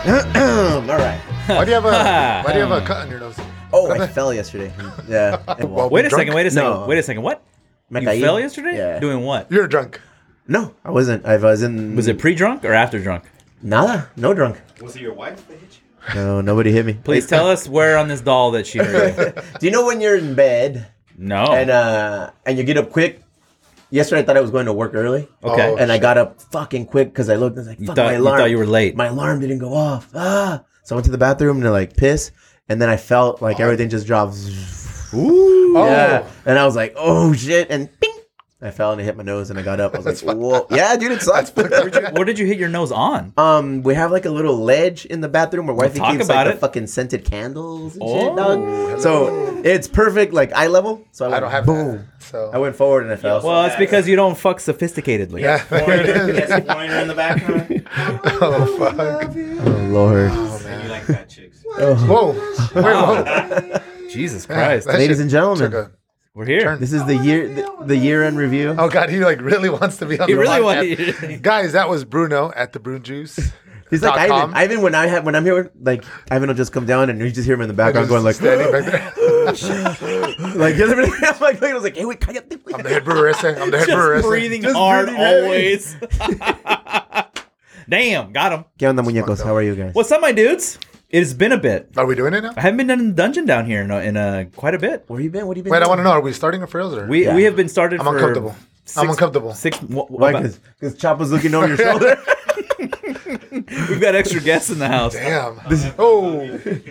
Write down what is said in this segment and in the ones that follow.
Why do you have a Why do you have a cut on your nose? Oh, I fell yesterday. Yeah. and Well, walked. we Wait a drunk? second. Wait a second. No. Wait a second. What? Me you caí. fell yesterday? Yeah. Doing what? You're drunk. no, I wasn't. I was in. Was it pre-drunk or after-drunk? Nada. No drunk. Was it your wife that hit you? No, nobody hit me. Please tell us where on this doll that she heard. you. Do you know when you're in bed No. and uh and you get up quick? Yesterday I thought I was going to work early, okay. Oh, and I got up fucking quick because I looked and I was like, "Fuck thought- my you alarm!" thought you were late. My alarm didn't go off. Ah! So I went to the bathroom to like piss, and then I felt like everything just dropped. Oh. Ooh. Oh, Yeah. And I was like, "Oh shit!" And ping, I fell and it hit my nose, and I got up. I was like, "Whoa, yeah, dude, it sucks." What did you hit your nose on? Um, we have like a little ledge in the bathroom where wifey talk keeps about like the it. fucking scented candles and Oh. shit, dog. So it's perfect, like eye level. So I, I went, don't have boom. boom. So I went forward and I fell. Well, it's because you don't fuck sophisticatedly. yeah, Yes, pointer in the background. oh fuck. oh Lord, And you like fat chicks. Whoa, wait, whoa. Oh. Jesus Christ. That ladies shit and gentlemen, took a- We're here. Turn. this is the year, the, the year in review. Oh god, he like really wants to be on. He the really podcast. wanted- Guys, that was Bruno at the Brune Juice. He's like dot com. Ivan. Ivan, when I have when I'm here, like Ivan will just come down and you just hear him in the background Just going like, standing back there. like the other day, I'm like, I was like, hey, wait, can I get I'm the head brewer. I say. I'm the head brewer. I Just say. breathing Just hard breathing heavy. always. Damn, got him. ¿Qué onda, muñecos? How are you guys? What's up, my dudes? It has been a bit. Are we doing it now? I haven't been in the dungeon down here in, a, in a, quite a bit. Where you been? What have you been? Wait, I want to know. Are we starting a frills or? We Yeah. we have been started. I'm for uncomfortable. I'm uncomfortable. Six. wha- wha- Why? about- Because Chapa's looking over your shoulder. we've got extra guests in the house. Damn. oh,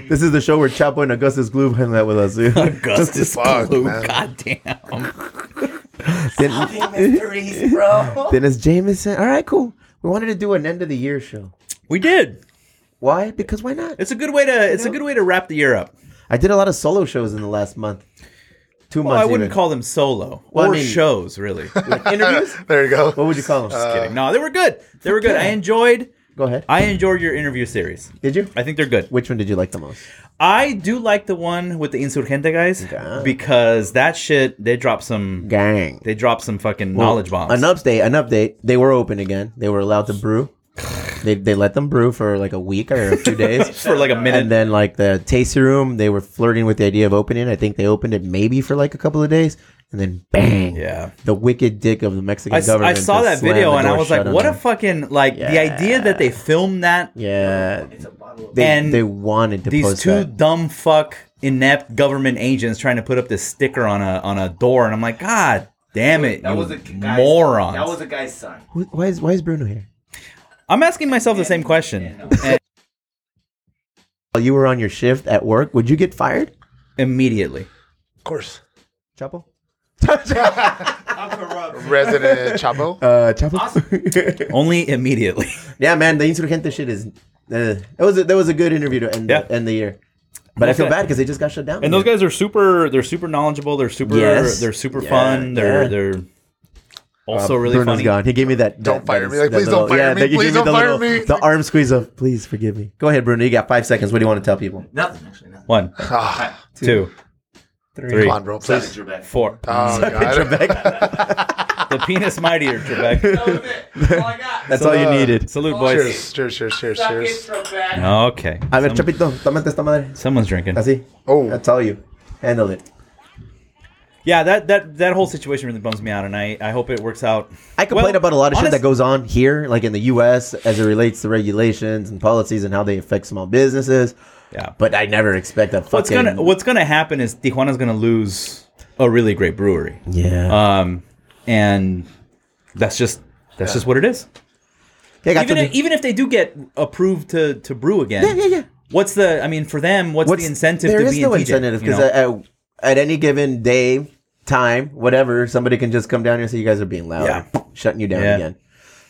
This is the show where Chapo and Augustus Gloom hang out with us. dude. Augustus Fuck, Gloop, man. goddamn. Then, Mysteries, bro. then it's Jameson. All right, cool. We wanted to do an end of the year show. We did. Why? Because why not? It's a good way to. It's a good way to wrap the year up. I did a lot of solo shows in the last month. Two Well, months. I wouldn't even. call them solo Well, I or mean- shows really. like interviews. there you go. what would you call them? Kidding. No, they were good. They were good. I enjoyed. Go ahead. I enjoyed your interview series. Did you? I think they're good. Which one did you like the most? I do like the one with the Insurgente guys Okay. because that shit they dropped some Gang. they dropped some fucking knowledge bombs. An update. An update. They were open again. They were allowed to brew. They, they let them brew for like a week or a few days. for like a minute. And then like the tasting room, they were flirting with the idea of opening. I think they opened it maybe for like a couple of days, and then bang, Yeah. the wicked dick of the Mexican I, s- I government. saw to that slam video the and I door was like, shut on what a them. fucking like the idea that they filmed that yeah. They, and they wanted to these post two that. dumb fuck inept government agents trying to put up this sticker on a on a door and I'm like, God damn it, That you was a guy's, morons. That was a guy's son. Who- Why is why is Bruno here? I'm asking myself the same question. And- While you were on your shift at work, would you get fired, immediately. Of course. Chapo? I'm corrupt. Resident Chapo. Uh, Chapo. Only immediately. yeah, man, the insurgente shit is. Uh, that was a, that was a good interview to end Yeah. the, end the year, but I Those feel guys- bad because they just got shut down. And those guys are super. They're super knowledgeable. They're super. Yes. They're super Yeah, fun. They're yeah. they're also really Bruno's funny. gone. He gave me that. Don't that- fire that- me. Like, that please don't fire me. they- he gave Please don't the fire little- me. The arm squeeze of. Please forgive me. Go ahead, Bruno. You got five seconds. What do you want to tell people? Nothing, actually, nothing. One, Ah, two, Ah. three, come on, bro. Savage Please. your back. four. Oh, God. Trebek. the penis mightier, Trebek. That was it. All I got. That's all you uh, needed. Salute, boys. Cheers, cheers, cheers, cheers, Suck it, cheers. from back. Okay. A ver, Chapito, tómate esta madre. Someone's drinking. Así. Oh. That's all you. Handle it. Yeah, that that that whole situation really bums me out, and I I hope it works out. I complain Well, about a lot of shit honest- that goes on here, like in the U.S., as it relates to regulations and policies and how they affect small businesses. Yeah. But I never expect a fucking. What's gonna What's gonna happen is Tijuana's gonna lose a really great brewery. Yeah. Um, and that's just that's just what it is. Okay, I got even if, something. even if they do get approved to to brew again. Yeah, yeah, yeah. What's the? I mean, for them, what's, the incentive There to is be no in TJ, incentive you because know? at, at any given day, time, whatever, somebody can just come down here and say you guys are being loud, Yeah. shutting you down Yeah. again.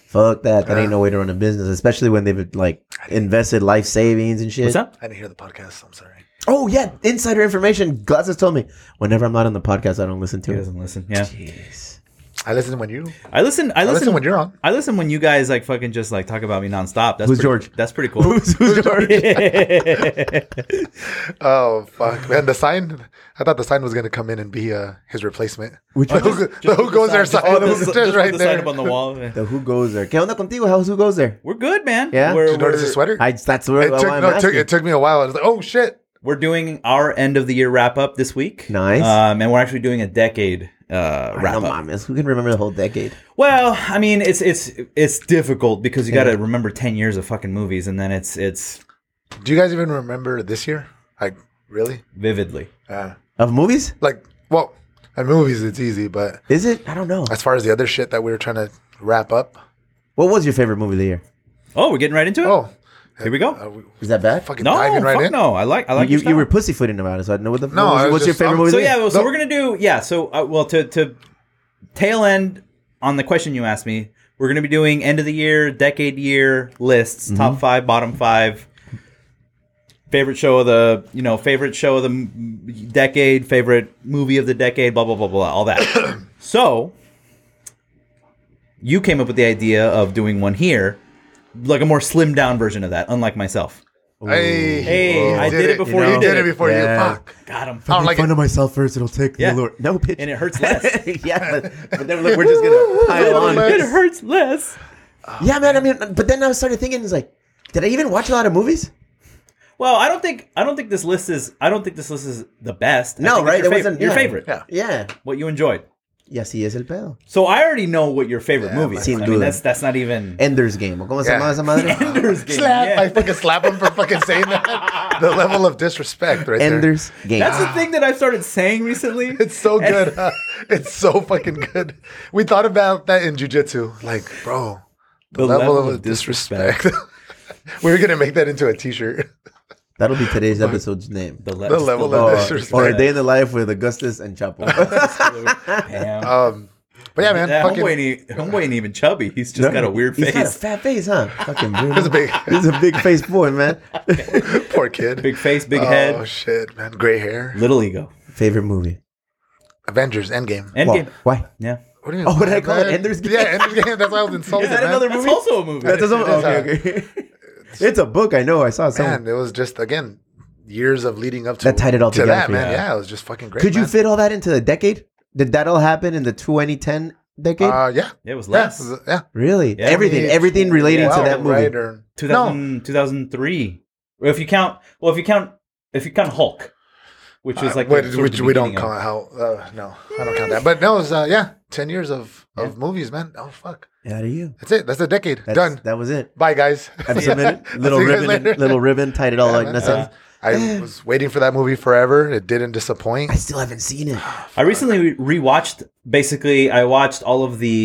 Fuck that! That ain't no way to run a business, especially when they've like invested life savings and shit. what's up? I didn't hear the podcast. I'm sorry. Oh yeah, insider information. Glasses told me whenever I'm not on the podcast, I don't listen to He it. doesn't listen. Yeah. I listen when you. I listen. I I listen, listen when you're on. I listen when you guys like fucking just like talk about me nonstop. That's Who's pretty, George? That's pretty cool. Who's- who's George? Oh fuck, man! The sign. I thought the sign was gonna come in and be uh, his replacement. Which the one? who, the who goes there sign? Put The the, who s- goes just there put right the there. sign up on the wall. The who goes there? ¿Qué onda contigo? How's who goes there? We're good, man. Yeah? We're, Did you notice we're- his sweater? I, that's where it, took, why I'm no, it, took, asking. it took me a while. I was like, oh shit. We're doing our end of the year wrap up this week. Nice. Um, and we're actually doing a decade uh, I wrap know, up. mames. Who can remember the whole decade? Well, I mean, it's it's it's difficult because you got to remember ten years of fucking movies, and then it's it's Do you guys even remember this year? Like really? vividly. Uh, Of movies? like well, at movies it's easy, but Is it? I don't know. as far as the other shit that we were trying to wrap up. What was your favorite movie of the year? Oh, we're getting right into it. Oh, Here we go. uh, we Is that bad? fucking no, diving right fuck in. no. I like I like you, your you were style. pussyfooting about it, so I don't know what the. No, what was- I was what's your just- favorite I'm- movie? So of the yeah, year? well, so No. we're gonna do yeah. So uh, well, to to tail end on the question you asked me, we're gonna be doing end of the year, decade year lists, top five, bottom five, favorite show of the you know favorite show of the m- decade, favorite movie of the decade, blah blah blah blah, all that. so you came up with the idea of doing one here, like a more slimmed down version of that, unlike myself. Hey, Hey, you I did it before you you did did it it. before Yeah. you. Fuck. Got him. I don't like it. of myself first. It'll take Yeah. allure. No pitch. And it hurts less. yeah, but, but then look, we're just gonna pile on. it hurts less. Yeah, man. I mean, but then I started thinking, it's like, did I even watch a lot of movies? Well, I don't think I don't think this list is I don't think this list is the best. I No, think it's right? Your, It fav- wasn't- your yeah. favorite. Yeah. Yeah. What you enjoyed. Y así es el pedo. So I already know what your favorite movie is. I sin mean, duda. that's that's not even Ender's Game. ¿o ¿Cómo se Yeah. llama esa madre? Ender's Game. Slap! yeah. I fucking slap him for fucking saying that. The level of disrespect right there. Ender's Game. That's the thing that I've started saying recently. It's so good. huh? It's so fucking good. We thought about that in jujitsu. Like, bro, the, level, of, disrespect. we were gonna make that into a T-shirt. That'll be today's episode's name. The, le- The level Or, of or disrespect. a day in the life with Augustus and Chapo. Damn. Um, but yeah, man, that fucking, homeboy, ain't, e- homeboy ain't even chubby. He's just got a weird He's face. got a fat face, huh? Fucking dude. He's a big- He's a big face boy, man. poor kid. big face, big oh, head, shit, man, gray hair. little ego. Favorite movie. Avengers Endgame. Endgame. Why? Why? Yeah. What do you Oh, what did I man? call it? Ender's Game? Yeah, Ender's Game. That's why I was insulted. Is that man. another movie? That's also a movie. That doesn't. It is, uh, Okay, okay. it's a book. I know. I saw man, something. it was just again years of leading up to That tied it all to together that for you. man. Yeah. it was just fucking great. Could you man. fit all that into a decade? Did that all happen in the 2010 decade? Uh, yeah, It was yeah, last. yeah. really? yeah. everything. Yeah. Everything relating Wow, to that movie. right, or- 2000, 2003. Well, If you count, well, if you count, if you count Hulk, which was like, Uh, wait, the- which, sort of the we don't beginning of- count how uh, no i don't count that but no it was, uh, yeah 10 years of of movies man oh fuck Out of you. that's it that's a decade That's, done That was it. bye guys I've submitted I'll little see you guys ribbon. later. Little ribbon tied it all like man. nothing. Uh, i was waiting for that movie forever it didn't disappoint I still haven't seen it. I recently re- rewatched. Basically, I watched all of the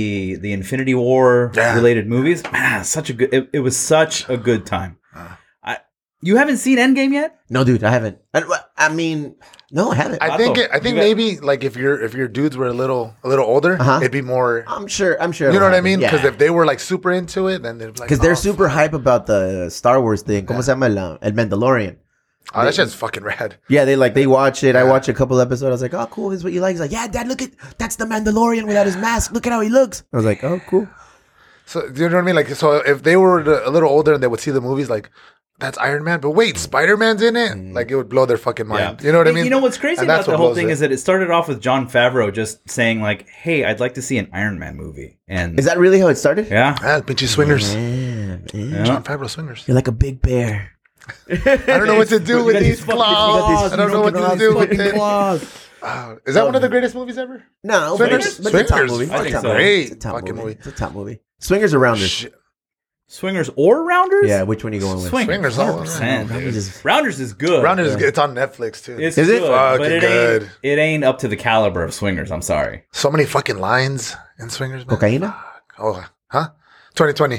the Infinity War Yeah. related movies. Man, such a good. It, it was such a good time. Uh-huh. I you haven't seen Endgame yet? No, dude, I haven't. I, I mean, no, I haven't. I, i think it, i You think got- maybe like if your if your dudes were a little a little older Uh-huh. it'd be more am sure. I'm sure. you know it'll what i happen. mean because yeah. if they were like super into it then they'd be like because they're oh, super hype about the Star Wars thing. Como se llama el, el Mandalorian? oh that shit's fucking rad Yeah, they like they watch it. I watched a couple episodes. I was like, oh, cool. This is what you like. He's like, yeah, Dad, look at that's the Mandalorian without his mask. Look at how he looks. I was like, oh, cool. So do you know what I mean? Like, so if they were the- a little older and they would see the movies, like that's Iron Man, but wait, Spider Man's in it. Mm. Like, it would blow their fucking mind. You know what I And mean? You know what's crazy And about that's the what whole blows thing it. is that it started off with John Favreau just saying like, "Hey, I'd like to see an Iron Man movie," and Is that really how it started? yeah, ah, pinchy Mm-hmm. swingers, Man, man. Yeah. John Favrew swingers. You're like a big bear. I don't know what to do with got these these fucking- You got claws. these I don't know what to fucking do with fucking it. claws. Ah, is that one of the greatest movies ever? No, but Swingers? it's, but it's a top Swingers. movie. I It's a think top so. movie. It's a Great top fucking movie. movie. It's a top movie. Swingers or Rounders? Shit. Swingers or Rounders? Yeah, which one are you going with? Swingers. Swingers all 100%, around. dude. Rounders is- Rounders is good. Rounders is good. It's on Netflix too. It's Is it? good, but Fucking it good. ain't it ain't up to the caliber of Swingers. I'm sorry. so many fucking lines in swingers. Man. Cocaina? Oh, huh? Twenty twenty.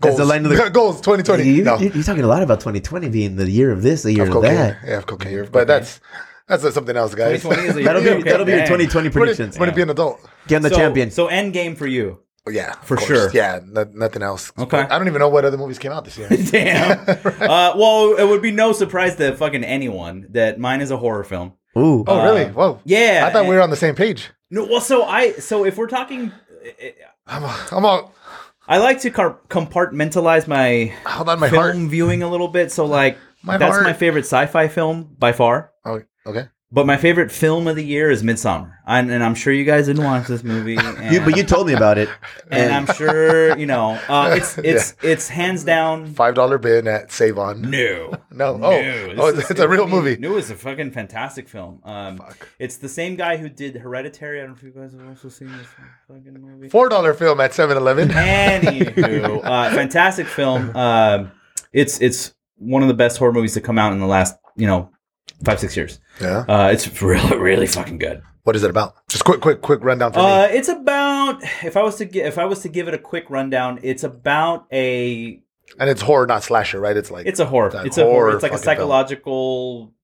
That's Goals. the line of the- Goals. Twenty twenty. You, No. you, you're talking a lot about 2020 being the year of this, the year Of of, cocaine. that. Yeah, of cocaine. But that's that's something else, guys. 2020 is a- That'll be Okay, that'll be your dang. 2020 When it, predictions. when it be an adult. Get on the so, champion. So end game for you. Oh, Yeah, of For course. sure. Yeah, no, nothing else. Okay. I don't even know what other movies came out this year. Damn. uh, well, it would be no surprise to fucking anyone that mine is a horror film. Ooh, oh, really? Whoa. Yeah. I thought we were on the same page. No, well, so I so if we're talking it- it- I'm all, I'm all I like to car- compartmentalize my hold on my film heart. viewing a little bit. So like My that's heart. my favorite sci-fi film by far. Oh, okay. But my favorite film of the year is Midsummer, and, and I'm sure you guys didn't watch this movie. And, You, but you told me about it. Oh, and I'm sure you know uh, it's it's it's hands down. Five dollar bin at Save On. No, No. Oh, oh it's, a real movie. No, it's a fucking fantastic film. Um, It's the same guy who did Hereditary. I don't know if you guys have also seen this fucking movie. Four dollar film at 7-Eleven. Anywho, uh, fantastic film. Um, it's it's one of the best horror movies to come out in the last you know five six years. yeah. Uh, it's really really fucking good. What is it about? Just quick, quick, quick rundown for me. Uh, it's about if I was to gi- if I was to give it a quick rundown, it's about a And it's horror, not slasher, right? It's like it's a horror. That It's a horror. horror It's like a fucking film. psychological.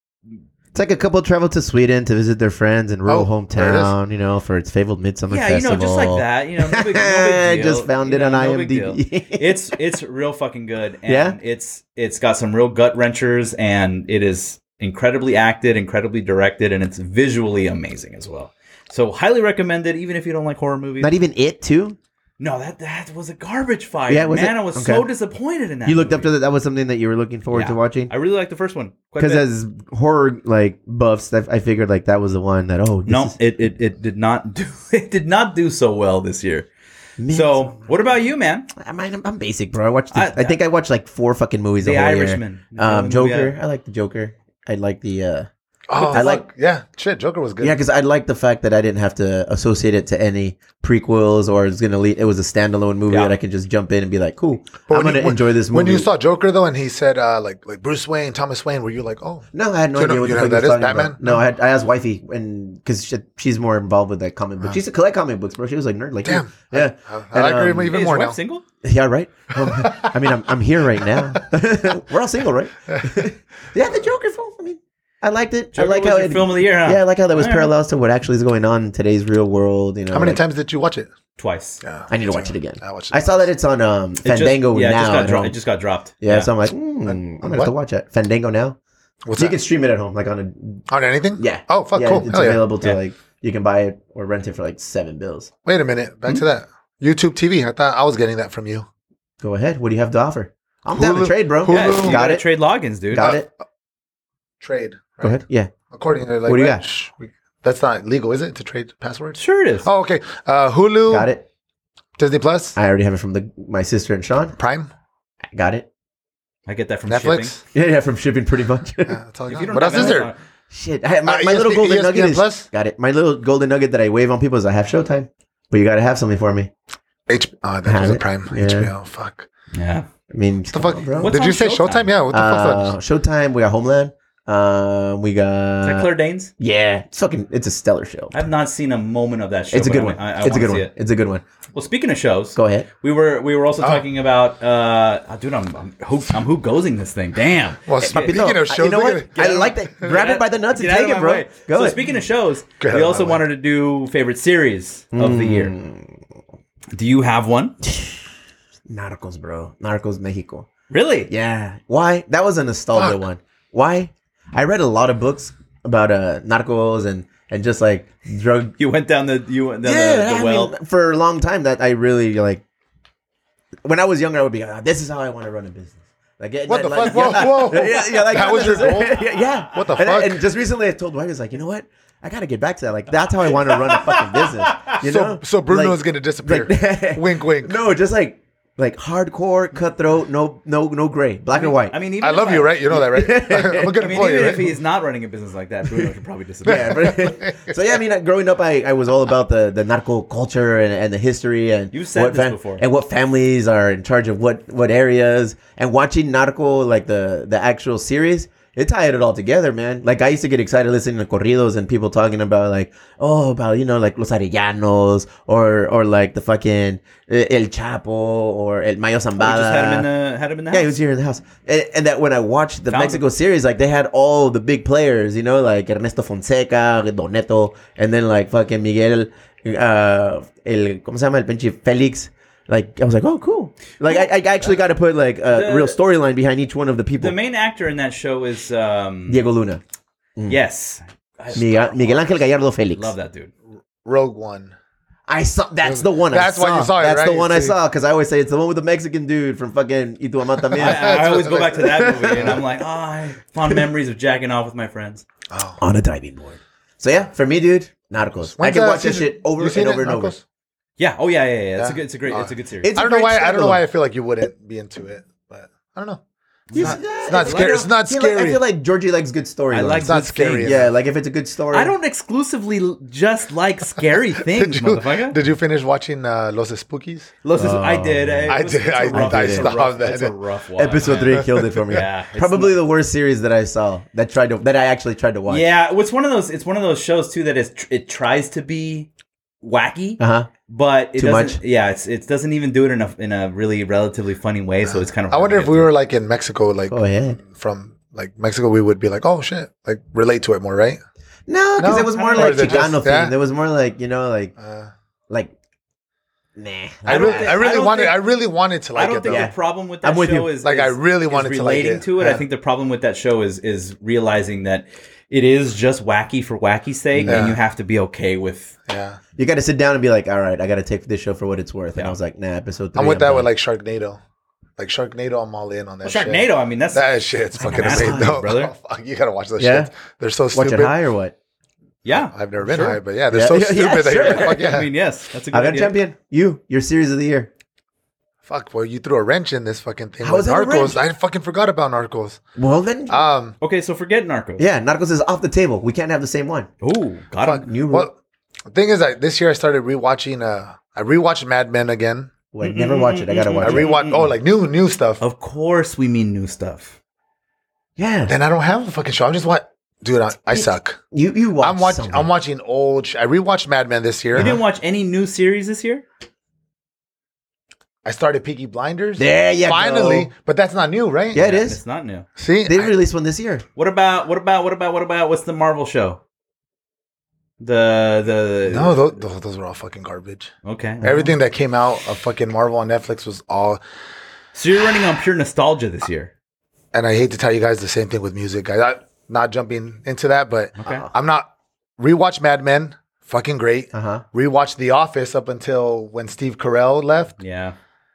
It's like a couple travel to Sweden to visit their friends and rural Oh, there it is. hometown, you know, for its fabled midsummer Yeah, festival. you know, just like that. You know, no big, no big deal, just found you it know, on no big deal. IMDb. it's it's real fucking good. And Yeah? it's it's got some real gut wrenchers, and it is incredibly acted, incredibly directed, and it's visually amazing as well. So highly recommended, even if you don't like horror movies. Not even it too. no, that that was a garbage fire. Yeah, Yeah, was man, it? I was Okay. so disappointed in that. You looked up movie. to that. That was something that you were looking forward to Yeah. watching. I really like the first one quite a Because bit. as horror like buffs, I, I figured like that was the one that oh this no, is- it, it it did not do it did not do so well this year. Midsommar. So what about you, man? I mean, I'm, I'm basic, bro. I watched. The, I, I- think I watched like four fucking movies. The whole year. Irishman, um, The movie Joker. I like the Joker. I like the. uh oh, I like- fuck. yeah, shit. Joker was good. Yeah, because I like the fact that I didn't have to associate it to any prequels or it's gonna lead. It was a standalone movie Yeah. that I could just jump in and be like, cool. But I'm when gonna you- when- enjoy this movie. When you saw Joker though, and he said uh, like like Bruce Wayne, Thomas Wayne, were you like, oh, No, I had no You idea know- what you the know fuck he who was that is, talking Batman? about. No, I, had, I asked wifey, and because she, she's more involved with that comic book. She used to collect comic books, bro. She was like nerd, like you. Damn. yeah, I, And, I agree um, with him even Hey, is more your wife now. Single? yeah, right. Um, I mean, I'm I'm here right now. We're all single, right? yeah, the Joker film. I mean, I liked it. Joker I like was how your it, film of the year, huh? yeah, I like how that was All right. parallels to what actually is going on in today's real world. You know, How many like- times did you watch it? twice. Yeah, I need to watch it again. I watched it. I saw that it's on um, It just- Fandango yeah, It now. just, got at dro- home. it just got dropped. yeah, so I'm like, hmm, I'm gonna have to what? watch it. Fandango now. What's so you that? can stream it at home, like on a on anything? yeah. Oh fuck, yeah, cool. It's Hell yeah. available to Yeah. like you can buy it or rent it for like seven bills. Wait a minute. Back Hmm? to that YouTube TV. I thought I was getting that from you. Go ahead. What do you have to offer? I'm down to Hulu- trade, bro. Hulu. Yeah, you Got gotta it. trade logins, dude. Got it. Trade. Go ahead. Yeah. According to like, What do you right? got? Shh, we- that's not legal, is it? To trade passwords? Sure it is. Oh, okay. Uh, Hulu. Got it. Disney Plus. I already have it from the my sister and Sean. Prime. Got it. I get that from Netflix. Yeah, yeah, from shipping pretty much. Yeah, that's all I got. shipping. If you don't uh, What have else is there? Amazon- Shit, I, my, Uh, my little ESPN golden nugget is Plus? got it. My little golden nugget that I wave on people is I have Showtime, but you gotta have something for me. H- oh, that Have was a it. Prime. Yeah. HBO. Fuck. Yeah. I mean, What the fuck? bro. What's Did you on say Showtime? Showtime? Yeah. What the Uh, fuck's up? Showtime. We got Homeland. Um, we got Is that Claire Danes? yeah. It's fucking. It's a stellar show. I've not seen a moment of that show. It's a but good I- one. I- I it's a wanna good see one. it. It's a good one. Well, speaking of shows, Go ahead. we were we were also Oh. talking about. uh oh, Dude, I'm I'm, who, I'm who goesing this thing. Damn. No, Well, speaking of I- shows, you know look what? at I it. like that. Grab Get it by the nuts and out- get take out of it, my bro. way. Go so ahead. speaking of shows, Get out we of also my way. wanted to do favorite series of the Mm, year. Do you have one? Narcos, bro. Narcos Mexico. Really? Yeah. Why? That was a nostalgia Fuck. one. Why? I read a lot of books about uh narcos and and just like drug. You went down the you went down the, the I well. mean, for a long time that I really like. When I was younger, I would be. "Ah, this is how I want to run a business. Like, yeah, What yeah, the like- fuck? Whoa, yeah, whoa. Yeah, yeah, like That was your goal? yeah, yeah. What the and, fuck? And just recently, I told wife, I was like, you know what? I gotta get back to that. Like, that's how I want to run a fucking business. You know? So, so Bruno Like- is going to disappear. wink, wink. No, just like like hardcore cutthroat. No, no, no gray, black or white. I mean, even I if love you, right? You know that, right? I'm a good I mean, employee, even right? if he's not running a business like that, Bruno should probably disappear. Yeah, but- so yeah, I mean, like, growing up, I, I was all about the, the narco culture and, and the history and You've said what this before. and what families are in charge of what what areas and watching narco like the the actual series. It tied it all together, man. Like I used to get excited listening to corridos and people talking about like, oh, about you know like Los Arellanos or or like the fucking eh, El Chapo or El Mayo Zambada. We Oh, just had him in the had him in the Uh, house. Yeah, he was here in the house. And, and that when I watched the Found Mexico series, like they had all the big players, you know, like Ernesto Fonseca, Doneto, and then like fucking Miguel, uh, el, ¿cómo se llama? El pinche Felix. Like, I was like, oh, cool. Like, I, I actually got to put like a The- real storyline behind each one of the people. the main actor in that show is um, Mm. Diego Luna, yes, I Miguel, Miguel Ángel Gallardo Felix. love that dude. Rogue One. I saw. That's the one. That's I why saw. you saw it, That's the right? one I See? saw because I always say it's the one with the Mexican dude from fucking Ituamata. I, I Mia. That's always what go it back to is. that movie, and I'm like, ah, fond memories of jacking off with my friends. on a diving board. So yeah, for me, dude, Narcos. I Oh. When's can that watch this season- shit over you and seen over it, and over. Narcos? Yeah. Oh yeah, yeah, yeah. It's Yeah. a good. It's a great. It's a good series. It's I a don't know great why. I don't know standalone. why I feel like you wouldn't be into it, but I don't know. It's You not, see that? it's not It's scary. like- It's not I feel like- I scary. feel like Georgie likes good stories. I like It's not good scary. things. Yeah, like if it's a good story. I don't exclusively l- just like scary things, Did you, motherfucker. did you finish watching uh, Los Spookies? Los, Angeles- Oh, I did. It I was- did. it's a I- rough- I it's a stopped rough- that. It's a rough one. Episode man. three killed it for me. Yeah, it's probably the worst series that I saw that tried to that I actually tried to watch. Yeah, it's one of those. It's one of those shows too that is tr- it tries to be wacky, Uh huh. but it Too doesn't. much? Yeah, it's, it doesn't even do it in a in a really relatively funny way. So it's kind of. I hard wonder to if get we through. were like in Mexico, like Go ahead. from like Mexico, we would be like, oh shit, like relate to it more, right? Uh, No, because No? it was more Or like is it Chicano just- thing. yeah? There was more like you know, like Uh, like nah. I, I don't really, thi- I I really don't wanted, think- I really wanted to I like don't it though. think the problem with that I'm with you. show is Like, I is- really is wanted to like relating it. to it. I Yeah. think the problem with that show is is realizing that it is just wacky for wacky's sake, Yeah. and you have to be okay with. Yeah, You got to sit down and be like, all right, I got to take this show for what it's worth. And I was like, nah, episode three. I'm with that done. with like Sharknado, like Sharknado. I'm all in on that. Well, Oh, Sharknado. I mean, that's Shit. That shit's fucking an ass amazing, high, though. brother. Fuck, you gotta watch those Yeah? shits. They're so watch stupid. it high or what? yeah. I've never been Sure. high, but yeah, they're Yeah. so Yeah, stupid. that you're like, fuck yeah. I mean, yes, that's a good I got idea. champion. You, your series of the year. Fuck, well, you threw a wrench in this fucking thing How with is that a Narcos. I fucking forgot about Narcos. Well then, Um, Okay, so forget Narcos. yeah, Narcos is off the table. We can't have the same one. Ooh, got fuck. him. New rule. Well, the thing is, I, this year I started rewatching. Uh, I rewatched Mad Men again. Wait, never watch it. I gotta watch I it. rewatched. Oh, like new new stuff. Of course, we mean new stuff. yeah, Then I don't have a fucking show. I'm just what, dude. I, I suck. you you watch. I'm watching. something. I'm watching old. Sh- I rewatched Mad Men this year. You didn't watch any new series this year? I started Peaky Blinders. There you go. finally, but that's not new, right? Yeah, it is. It's not new. See, They I- released one this year. What about what about what about what about what's the Marvel show? The the no, those, those, those were all fucking garbage. Okay. Mm-hmm. Everything that came out of fucking Marvel on Netflix was all. So you're running on pure nostalgia this year. And I hate to tell you guys the same thing with music, guys. I'm not jumping into that, but Okay. I'm not rewatch Mad Men. Fucking great. Uh huh. Rewatch The Office up until when Steve Carell left. Yeah.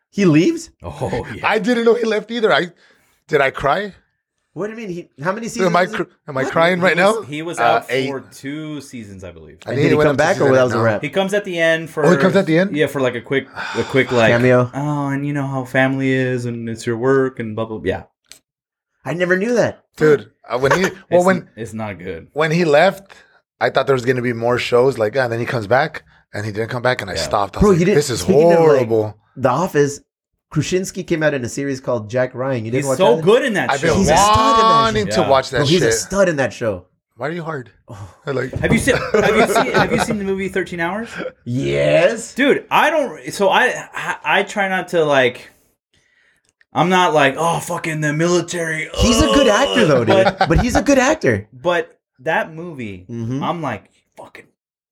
He leaves. Oh yeah. I didn't know he left either. I did. I cry. What do you mean? He, how many seasons? Am I is it? cr- am I crying right he now? Was, he was Uh, out for eight. two seasons, I believe. I And think did he went come up to back or season that eight was a now. wrap? He comes at the end for. Oh, he comes at the end? Yeah, for like a quick, a quick like Cameo. Oh, and you know how family is, and it's your work, and blah blah. blah. Yeah. I never knew that. dude. uh, when he well It's- when it's not good. when he left, I thought there was gonna be more shows like that. And then he comes back, and he didn't come back, and I stopped. I was Bro, like, you didn't- This is speaking of, like- horrible. The Office. Krasinski came out in a series called Jack Ryan. You didn't He's watch so that? good in that I've show. been He's a stud in that wanting shit. to Yeah. watch that Bro, he's shit. a stud in that show. Why are you hard? Like Have you seen? Have you seen? Have you seen the movie Thirteen Hours? Yes. dude i don't so I, I i try not to like i'm not like oh fucking the military He's a good ugh." actor though, dude. But he's a good actor. but that movie Mhm. i'm like fucking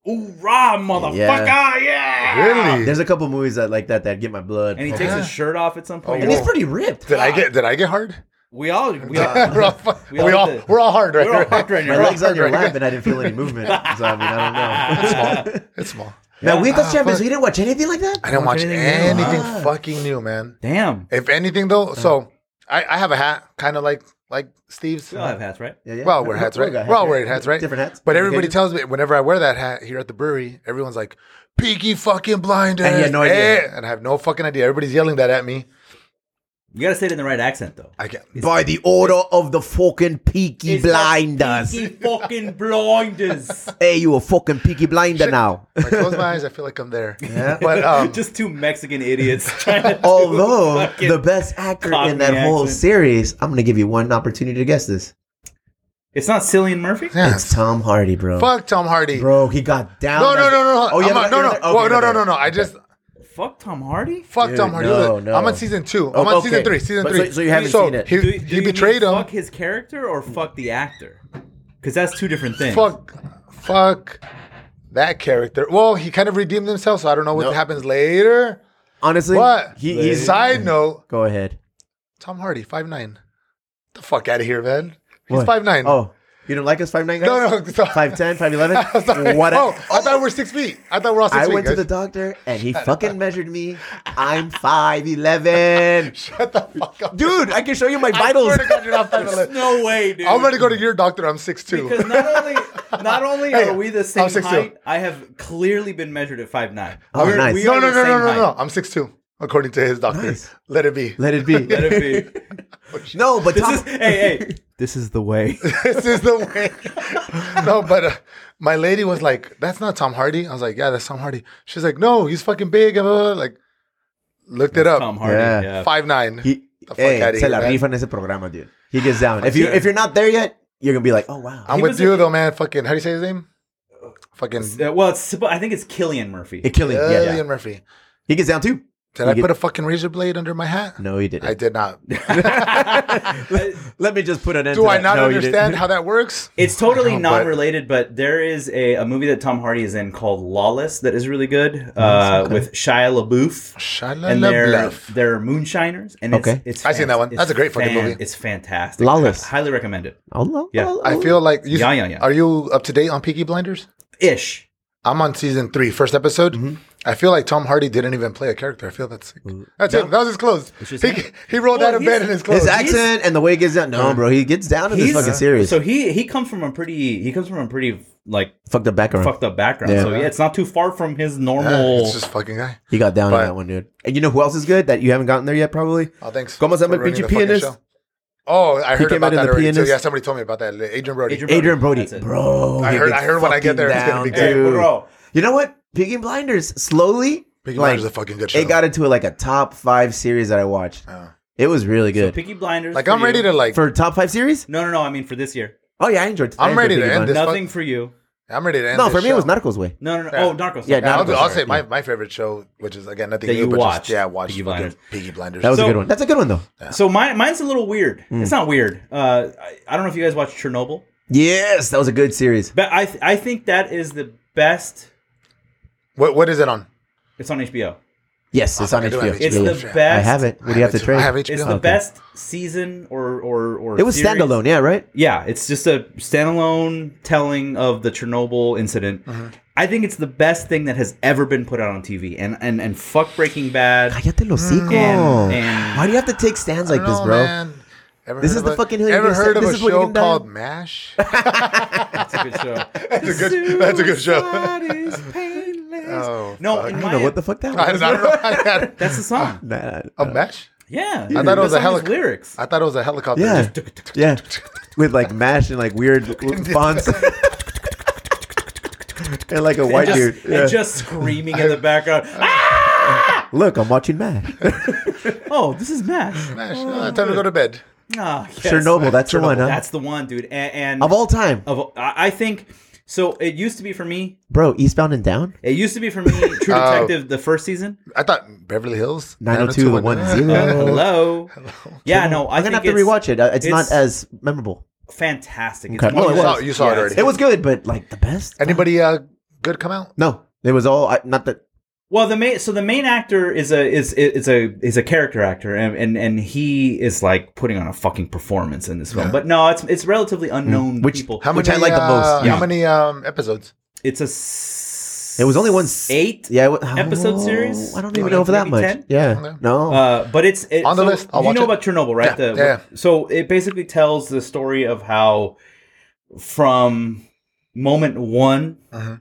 ooh rah motherfucker yeah, really? There's a couple movies that like that that get my blood. and he takes his shirt off at some point And Oh, he's whoa. pretty ripped. Did I get did I get hard? we all we we're all, all fu- we we all all, did. we're all hard right we're all now. hard right My now legs on your Right. lap, and I didn't feel any movement. So I mean, I don't know. It's small. Now we got Ah, champions. fuck. We didn't watch anything like that. I didn't watch anything anything, new, huh? fucking new, man. damn If anything though, so I, I have a hat, kind of like like Steve's. we all have hats right Yeah, yeah. Well, we're hats, right? got We're all wearing hats, right? Different hats. But everybody Dedicated. tells me whenever I wear that hat here at the brewery, everyone's like, "Peaky fucking blinders," And you had no idea. eh," and I have no fucking idea. Everybody's yelling that at me. you gotta say it in the right accent though I can't. by the order of the fucking Peaky It's like Blinders. Peaky fucking blinders Hey, you a fucking Peaky Blinder now. If I close my eyes, I feel like I'm there. Yeah. But um, just two mexican idiots trying to do Although fucking- the best actor Cockney in that whole accent. series, I'm gonna give you one opportunity to guess this. it's not cillian murphy yeah, It's Tom Hardy, bro. fuck Tom Hardy. Bro, he got down. No, no, no, no, no. Oh, Oh, you yeah, haven't- no, you no, haven't- Whoa, okay, no, okay. no, no, no. I just Fuck Tom Hardy? fuck Dude, Tom Hardy. no, Look, no. I'm on season two. I'm Oh, on okay. season three. Season But so- three. so you haven't seen it. He, Do, do he you mean betrayed him. Fuck his character or fuck the actor? Because that's two different things. Fuck, fuck that character. Well, he kind of redeemed himself, so I don't know what happens later. Honestly, But He, he's side note, Go ahead. Tom Hardy, five nine. The fuck out of here, man. He's What? five nine. Oh, You don't like us, five nine guys? No, no, sorry. five ten, five eleven. Sorry. What? oh, I thought we're six feet. I thought we're all six I feet. went to the guys. doctor and he fucking measured me. I'm five eleven, Shut the fuck up. dude. I can show you my I vitals. swear to God, you're not 5'11. No way, dude. I'm gonna go to your doctor. I'm six two. because not only not only Hey, are we the I'm same 6'2". height, I have clearly been measured at five nine. Oh, We're- nice. we No, are no, the no, no, same no, height. no. I'm six two, according to his doctor. Nice. Let it be. Let it be. Let it be. no, but This Tom, is hey hey. This is the way. this is the way. no, but uh, my lady was like, "That's not Tom Hardy." I was like, "Yeah, that's Tom Hardy." She's like, "No, he's fucking big." and blah, blah, blah." Like, looked it up. Tom Hardy. Yeah. Yeah. Five nine. he, fuck hey, outta se here, la man. rifa en ese programa, dude. He gets down. If you if you're not there yet, you're gonna be like, oh wow. I'm he with was you though, man. Fucking how do you say his name? Fucking Uh, well, it's suppo- I think it's Killian Murphy. It killing. Yeah, Cillian yeah. Murphy. He gets down too. Did You I get- put a fucking razor blade under my hat? No, he didn't. I did not. Uh, Let me just put an end. Do to I that. not No, you didn't. understand how that works? It's totally But- non-related, but there is a, a movie that Tom Hardy is in called Lawless that is really good uh, with Shia LaBeouf. Shalala And they're, bluff. they're moonshiners, and it's, Okay. it's I've seen that one. That's a great fucking fan- movie. It's fantastic. Lawless. I highly recommend it. Oh, no. Yeah. Oh, I oh. feel like you, Yeah, yeah, yeah. Are you up to date on Peaky Blinders? Ish. I'm on season three, first episode. Mm-hmm. I feel like Tom Hardy didn't even play a character. I feel that's Mm. that's it. That was his clothes. just He, him. he rolled Well, out of he's- bed in his clothes. his accent and the way he gets down. No, bro, he gets down in this He's- fucking series. So he he comes from a pretty he comes from a pretty like Fuck the background. fucked up background. Yeah. So yeah, it's not too far from his Yeah, normal. Oh. it's just fucking guy. He got down But- on that one, dude. And you know who else is good that you haven't gotten there yet? Probably. Oh, thanks. ¿Cómo se llama for el ruining pinche the fucking pianist? show. Oh, I heard came out about in that The already too. Pianist. Yeah, somebody told me about that. Adrian Brody. Adrian Brody, That's it. bro. I he heard- gets I heard when I fucking get there, it's gonna be down, good. Hey, dude. bro. You know what? Peaky Blinders slowly, like, Peaky Blinders is a fucking good show. it got into like a top five series that I watched. Yeah. It was really good. Picky Blinders. like for I'm ready you. to like. For top five series? No, no, no. I mean for this year. Oh yeah, I enjoyed. I I'm enjoyed ready to Peaky end Blinders. this Nothing for you. I'm ready to end. No, this for me it was show. Narcos way. No, no, no. Yeah. Oh, Narcos. Yeah, Okay. Yeah, Narcos. I'll, I'll say Yeah. my, my favorite show, which is again nothing That new, you but watched, just yeah, I watched Peaky Peaky Blinders. Blinders. Peaky Blinders. That was So- a good one. That's a good one though. So mine, mine's a little weird. It's Hmm. not weird. Uh, I, I don't know if you guys watched Chernobyl, Yes, that was a good series. but I th- I think that is the best. what what is it on? It's on HBO. Yes, it's on I do have HBO. HBO. It's the Yeah. best. I have it. What do you have to I I have trade? HBO. It's the best season or or or. It was series. standalone, yeah, right? Yeah, it's just a standalone telling of the Chernobyl incident. Uh-huh. I think it's the best thing that has ever been put out on TV, and and and fuck Breaking Bad. Cállate el hocico. And- and- Why do you have to take stands like I this, don't know, bro? man. Ever This heard is of the a- fucking hood you're Ever gonna heard say- of this a is what show you're gonna called die. Mash? That's a good show. That's a good. That's a good show. oh, No, fuck. I in my, don't know what the fuck that I don't was. know. I had- that's the song. Nah, a Oh, Mash? Yeah, I thought it was that's a on his helic- lyrics. I thought it was a helicopter. Yeah. yeah. With like mash and like weird fonts. and like a white just, dude. and Yeah. just screaming in the background. "Ah!" Look, I'm watching mash. Oh, this is Mash. Mash. Oh, time to go to bed. Ah, yes. Chernobyl, that's the one, huh? That's the one, dude. And, and of all time. of- I I think so. It used to be for me. Bro, Eastbound and Down? It used to be for me. True Oh. Detective, the first season. I thought Beverly Hills. 902, the 1-0. 90210. Uh, hello. Yeah, no. I I'm gonna have think to it's rewatch it. Uh, It's, not it's- as memorable. Fantastic. It's Okay. one Oh, of you the- saw it- you saw it it's- already. It was good, but like the best? Anybody uh, good come out? No. It was all I, not that Well, the main so the main actor is a is is a is a character actor, and and, and he is like putting on a fucking performance in this film. But no, it's it's relatively unknown Mm. Which- people. How many? Which I like the uh, most, yeah. How many um, episodes? It's a. s- It was only one s- eight. yeah, it wa- oh, Episode series? I don't even Maybe- know if that maybe much. 10? Yeah, Okay. no. Uh, but it's it, On the so list. I'll you watch know it. about Chernobyl, right? Yeah, The- yeah, So it basically tells the story of how, from moment one Mhm.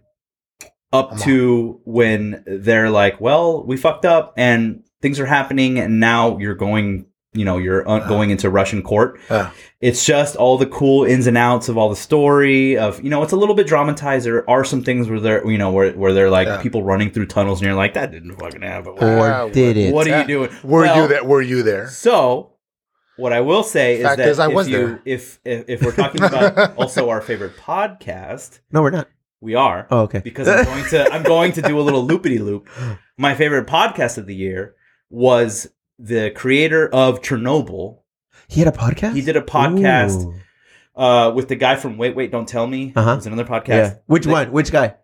up Come on. to when they're like, "Well, we fucked up, and things are happening, and now you're going." You know, you're uh, going into Russian court. Uh. It's just all the cool ins and outs of all the story of you know. It's a little bit dramatized. There are some things where they're you know where where they're like Yeah. people running through tunnels, and you're like, that didn't fucking happen. or Ah, did it? What are Yeah. you doing? Were you Well, there? Were you there? so, what I will say is Fact that is, I if, was you, there. If, if if we're talking about also our favorite podcast, no, we're not. we are Oh, okay. because I'm going to I'm going to do a little loopity loop. My favorite podcast of the year was the creator of Chernobyl. He had a podcast. He did a podcast Ooh. uh, with the guy from Wait Wait Don't Tell Me. Uh-huh. It was another podcast. Yeah. Which They- one? Which guy?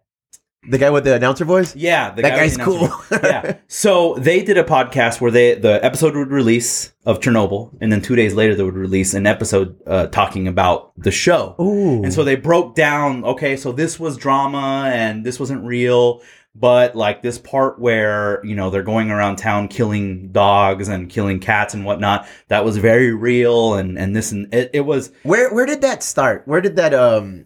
The guy with the announcer voice? Yeah, the That with guy's the announcer cool. voice. yeah. So they did a podcast where they the episode would release of Chernobyl, and then two days later they would release an episode uh, talking about the show. Ooh. And so they broke down. Okay, so this was drama, and this wasn't real. But like this part where you know they're going around town killing dogs and killing cats and whatnot, that was very real. And and this and it, it was Where where did that start? Where did that um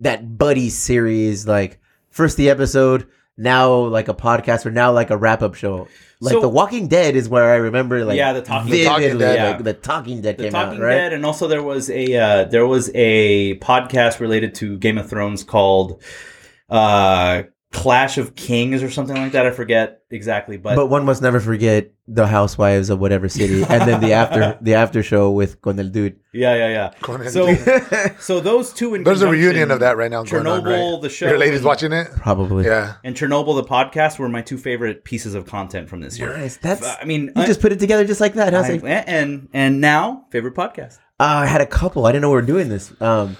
that buddy series like first the episode, now like a podcast or now like a wrap up show? Like So- The Walking Dead is where I remember like Yeah, The Talking- The Talking vividly, Dead, like yeah. The Talking Dead The came Talking out, right? Dead, and also there was a uh, there was a podcast related to Game of Thrones called uh, Clash of Kings or something like that. I forget exactly, but, But one must never forget the housewives of whatever city, and then the after the after show with con el dude. yeah, yeah, yeah. So so those two. In There's a conjunction, reunion of that right now. Going Chernobyl, on, right? the show, Your lady's and- watching it. Probably. Yeah. and Chernobyl the podcast were my two favorite pieces of content from this year. Uh, Nice. That's. I mean, you I- just put it together just like that. Huh? I- Safe? and and now favorite podcast. Uh, I had a couple. I didn't know we were doing this. Um,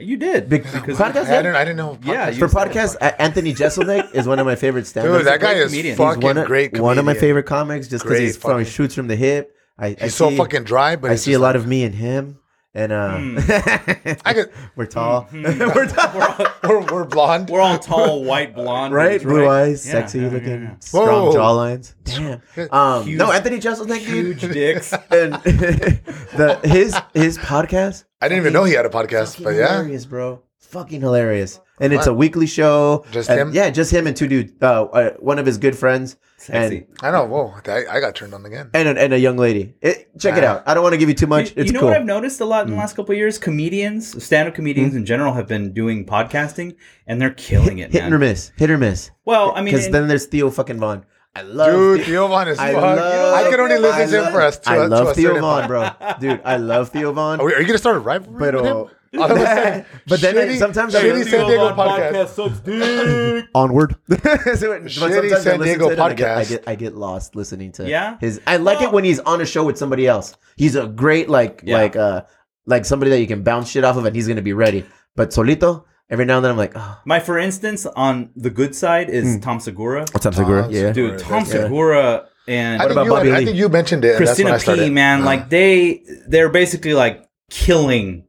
You did Big- I Podcast? because didn't. I didn't know. Yeah, podcasts- you- for podcasts, A- Anthony Jeselnik is one of my favorite stand dude, that guy great is comedian. He's fucking one of, great. Comedian. One of my favorite comics, just because Great he's from he fucking- shoots from the hip. I, I He's so see- fucking dry, but I it's see a just lot like- of me in him, and uh, Hmm. I could. we're tall. we're, all, We're, we're blonde. we're all tall, white, blonde, right? Blue eyes, Yeah, sexy yeah, yeah, looking, yeah. strong Whoa. jawlines. Damn. Um, no, Anthony Jeselnik, dude. Huge dicks. and the his his podcast. I didn't even know he had a podcast, Fucking but yeah, hilarious, bro. Fucking hilarious. And it's a weekly show. Just and- him? Yeah, just him and two dudes. Uh, uh, one of his good friends. Sexy. I know. Whoa, I, I got turned on again. And, and, a, and a young lady. It, check it out. I don't want to give you too much. Ah. You- It's you know cool. Mm. what I've noticed a lot in the last couple of years? Comedians, stand-up comedians in general, have been doing podcasting, and they're killing it, Hit man. and miss. Hit or miss. Well, I mean, Because and- then there's Theo fucking Vaughn. I love Dude, uh, Theo. Theo Von is I fuck. love- I can only I listen to love- him for us. To, I to love a Theo certain Vaughn, point. bro. Dude, I love Theo Vaughn. Are, we, are you gonna start a rivalry? But, Oh, with uh, him? All of a sudden, but then shitty- sometimes I shitty listen- San Diego podcast. sucks dick. onward. so it- but Shitty sometimes I listen San Diego to it and I get, I podcast. get I get lost listening to Yeah? his. I like it Well- when he's on a show with somebody else. He's a great like Yeah. like uh like somebody that you can bounce shit off of and he's gonna be ready. But Solito, every now and then I'm like, oh, My, for instance, on the good side is Tom Segura. Mm. what's up, Segura? Yeah, Dude, Dude, Tom that's- yeah. Segura and I about think, you, Bobby I Lee? think you mentioned it. and Christina that's when I P, started. man, Uh, like they they're basically like killing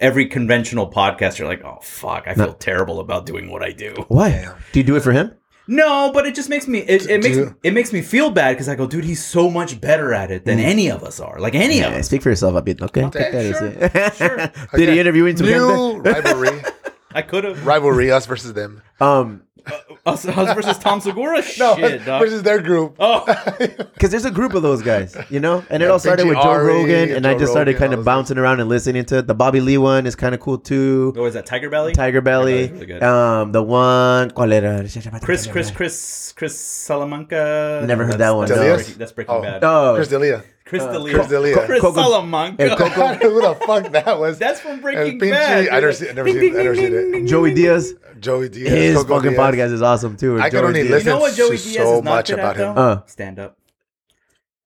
every conventional podcast. You're like, oh fuck, I feel terrible about doing what I do. Why? Damn. Do you do it for him? No, but it just makes me it, it do makes you- it makes me feel bad because I go, dude, he's so much better at it than Mm. any of us are. Like any of Yeah, us. speak for yourself, a bit, okay? Okay, Take that sure, easy. sure. Did Okay. he interview in new rivalry, I could have rivalry, us versus them. Um, us, us versus Tom Segura. No, Shit, dog. versus their group. oh, because there's a group of those guys, you know, and it all started with Joe PGRE, Rogan, and I Joe just started Rogan, kind all of those bouncing around and listening to it. The Bobby Lee one is kind of cool too. what is that? Tiger Belly. Tiger Yeah, Belly. that was really good. um, the one. ¿Cuál era? Chris, Chris, Chris, Chris Salamanca. Never heard That's- that one, That's, no. Breaking- that's Breaking Oh. Bad. Oh, Chris D'Elia. Chris D'Elia. Chris D'Elia. Chris Coco- Salamanca. Hey, Coco- Who the fuck that was? That's from Breaking And Pinchy- Bad. I never see- I never seen- I never seen it. Joey Diaz. Joey Diaz. His Coco fucking Diaz. podcast is awesome too. I could Joey only Diaz. You know what Joey Listens Diaz to is so not much good about at him. though? Uh. Stand up.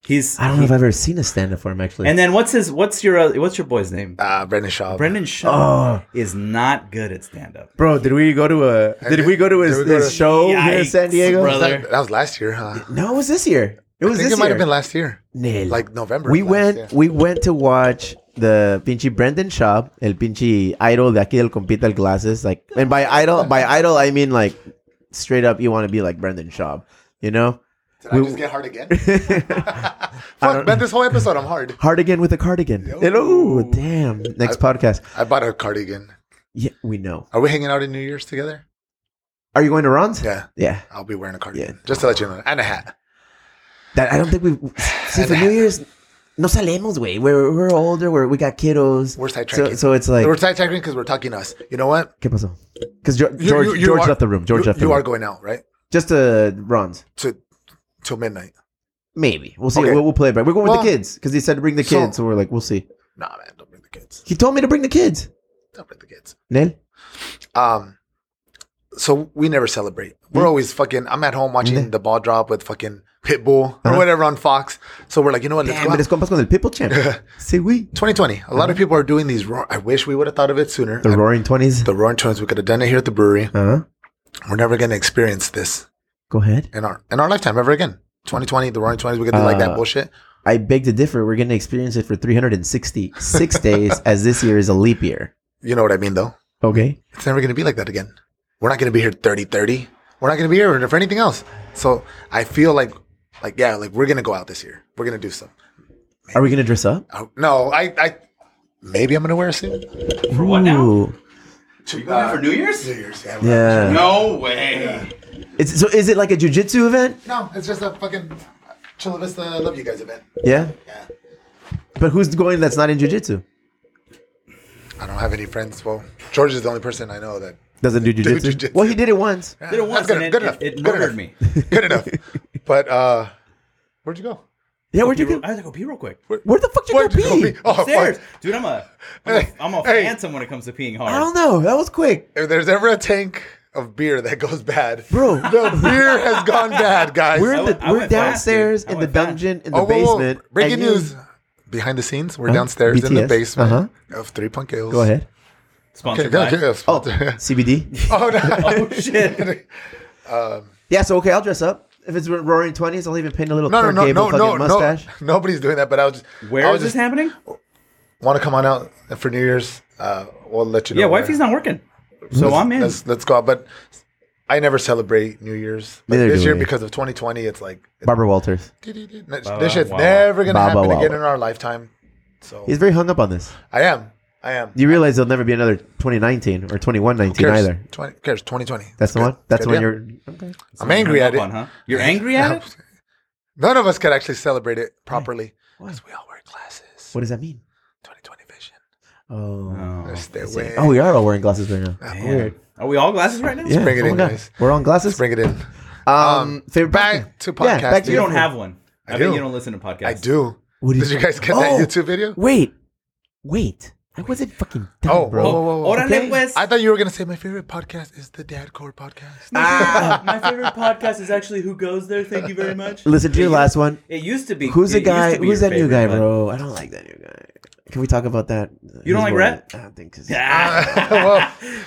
He's. I don't know if I've ever seen a stand up for him actually. And then what's his? What's your? Uh, what's your boy's name? Ah, Brendan Shaw. Brendan oh, Shaw is not good at stand up. bro, did we go to a? Did did- we go to did his, we go his to- show here in Yikes, San Diego? Was brother. that, that was last year, huh? No, it was this year. It I was think this it might year. have been last year, Nil. like November. we of last went year. we went to watch the pinche Brendan Schaub, el pinche idol de aquí del compita el glasses, like and by idol by idol I mean like straight up you want to be like Brendan Schaub, you know? Did I just get hard again? don't- Fuck, man, this whole episode I'm hard. Hard again with a cardigan. Hello, damn. Next podcast. I bought a cardigan. Yeah, we know. Are we hanging out in New Year's together? Are you going to Ron's? Yeah, Yeah. I'll be wearing a cardigan. Just to let you know. And a hat. That I don't think we see for New Year's no salemos, way. We're we're older, we're we got kiddos. We're so, sidetracking. so it's like we're sidetracking because we're talking us. You know what? ¿Qué pasó? Because George, You- George, you- you George are- left the room. George you, left the you room. are going out, right? Just uh, Ron's. To till midnight. Maybe we'll see. Okay. We'll, we'll play it back. We're going Well, with the kids because he said to bring the so- kids, so, we're like, we'll see. Nah, man, don't bring the kids. He told me to bring the kids. Don't bring the kids. Nel, Um, so we never celebrate. We're Hmm. always fucking. I'm at home watching the ball drop with fucking Pitbull or whatever on Fox. So we're like, you know what? Let's damn, go out. eres compas con el people champ. sí, we 2020. A lot of people are doing these. Roar- I wish we would have thought of it sooner. Mm-hmm. the I- roaring twenties. the Roaring Twins. We could have done it here at the brewery. Uh huh. We're never going to experience this Go ahead. in our in our lifetime ever again. 2020, the roaring 20s, we could do like that Uh, bullshit. I beg to differ. We're going to experience it for 366 days, as this year is a leap year. You know what I mean, though. Okay. It's never going to be like that again. We're not going to be here 30 30. We're not going to be here for anything else. So I feel like, like yeah, like we're going to go out this year. We're going to do something. Are we going to dress up? Oh, no, I, I, maybe I'm going to wear a suit. For what now? Are you going for New Year's? New Year's, yeah. we're- Yeah. No way. It's, so is it like a jujitsu event? No, it's just a fucking Chula Vista Love You Guys event. Yeah. Yeah. But who's going that's not in jujitsu? I don't have any friends. Well, George is the only person I know that Doesn't do jujitsu. jujitsu. Well, he did it once. Did it That's once good, and it, good it, enough. it good murdered enough. me. Good enough. But uh, where'd you go? Yeah, where'd you Pee real- go? I had to go pee real quick. Where the fuck did you Where'd go pee? Oh, fuck. Upstairs. Dude, I'm a, I'm Hey, a, I'm a hey. phantom when it comes to peeing I don't hard. know. That was quick. If there's ever a tank of beer that goes bad, Bro. the beer has gone bad, guys. We're, in went- the, I we're went fast, downstairs dude. I in the went fast. dungeon in the Oh, whoa, whoa. basement. Breaking and you- news. Behind the scenes, we're Huh? downstairs in the BTS? basement Uh-huh. of Three Punk Ales. Go ahead. Okay, Sponsored okay, by. okay, yes. Oh, CBD. Oh, no. Oh, shit. yeah. So okay, I'll dress up. If it's roaring twenties, I'll even paint a little no, no, Clark no, Gable no, fucking no, no. mustache. Nobody's doing that, but I'll just. Where I'll is this happening? Want to come on out for New Year's? Uh, we'll let you know. Yeah, where. wifey's not working. So I'm in. Let's let's go out. But I never celebrate New Year's. But Neither this do year, we. because of 2020, it's like Barbara Walters. this shit's wow. never gonna Ba, ba, happen wow. again in our lifetime. So He's very hung up on this. I am. I am. You realize there'll never be another 2019 or 2119 Cares, either. 20, cares 2020. That's the Good. one. That's Good, when yeah. you're. Okay. I'm angry Hung at up it. on, huh? You're angry at it? None of us could actually celebrate it properly Why? because we all wear glasses. What does that mean? 2020 vision. Oh. Oh, Let's stay that's away. it. Oh, we are all wearing glasses right now. Damn. Are we all glasses right now? Yeah. bring it Oh my in, God. guys. We're on glasses. Let's bring it in. um, um, favorite back to Yeah, back to podcasting. You don't have one. I, I bet do. you don't listen to podcasts. I do. What Did you guys get that Oh, YouTube video? Wait, wait. I wasn't fucking done, Oh, bro. whoa, whoa, whoa, whoa. Órale, Okay. pues. I thought you were gonna say my favorite podcast is the Dad Core podcast. Ah, my favorite podcast is actually Who Goes There. Thank you very much. Listen to your last one. It used to be. Who's the it used guy? to be Who's your that new favorite, guy, but- bro? I don't like that new guy. Can we talk about that? You His don't like voice. Rhett? I don't think. 'cause- Ah, well,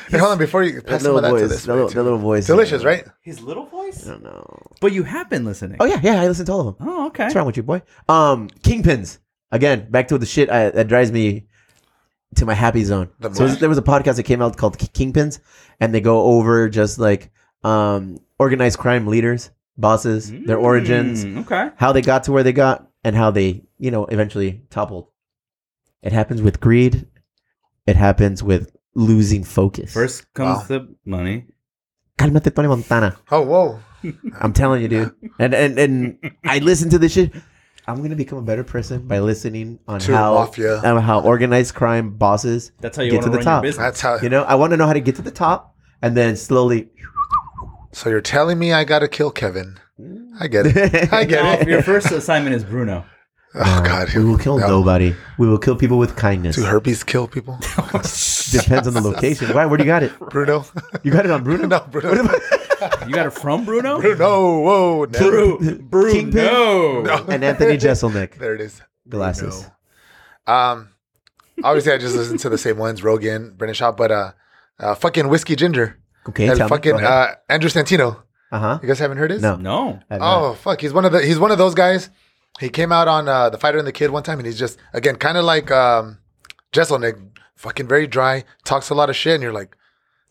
hey, hold on before you That pass some little of that to voice. this. That little, way, that too. little voice. uh, Delicious, right? His little voice? I don't know. But you have been listening. Oh yeah, yeah. I listened to all of them. Oh, okay. What's wrong with you, boy? Um, kingpins. Again, back to the shit I, that drives me to my happy zone. The so most. there was a podcast that came out called K- Kingpins, and they go over just like um, organized crime leaders, bosses, their origins, Mm, okay. how they got to where they got, and how they you know eventually toppled. It happens with greed. It happens with losing focus. First comes Wow. the money. Calmate, Tony Montana. Oh, whoa. I'm telling you, dude. And and and I listen to this shit. I'm gonna become a better person by listening on To how mafia. um, how organized crime bosses. That's how you Get want to to the run top. your business. That's how. You know, I want to know how to get to the top and then slowly. So you're telling me I gotta kill Kevin? I get it. I Now, get it. if your first assignment is Bruno. Oh God, Uh, we will kill no. nobody. We will kill people with kindness. Do herpes kill people? Depends on the location. Why? Where do you got it? Bruno. You got it on Bruno. no, Bruno. You got it from Bruno? Bruno. Whoa. No. Bru- Kingpin? Bruno. And Anthony Jeselnik. There it is. Glasses. Bruno. Um, obviously I just listen to the same ones: Rogan, Brennan Shop, but uh, uh, fucking whiskey ginger. Okay, and tell fucking me. uh, Andrew Santino. Uh huh. You guys haven't heard his? No. No. I've not. Oh fuck, he's one of the he's one of those guys. He came out on uh, the Fighter and the Kid one time, and he's just again kind of like um, Jesselnick, fucking very dry, talks a lot of shit, and you're like,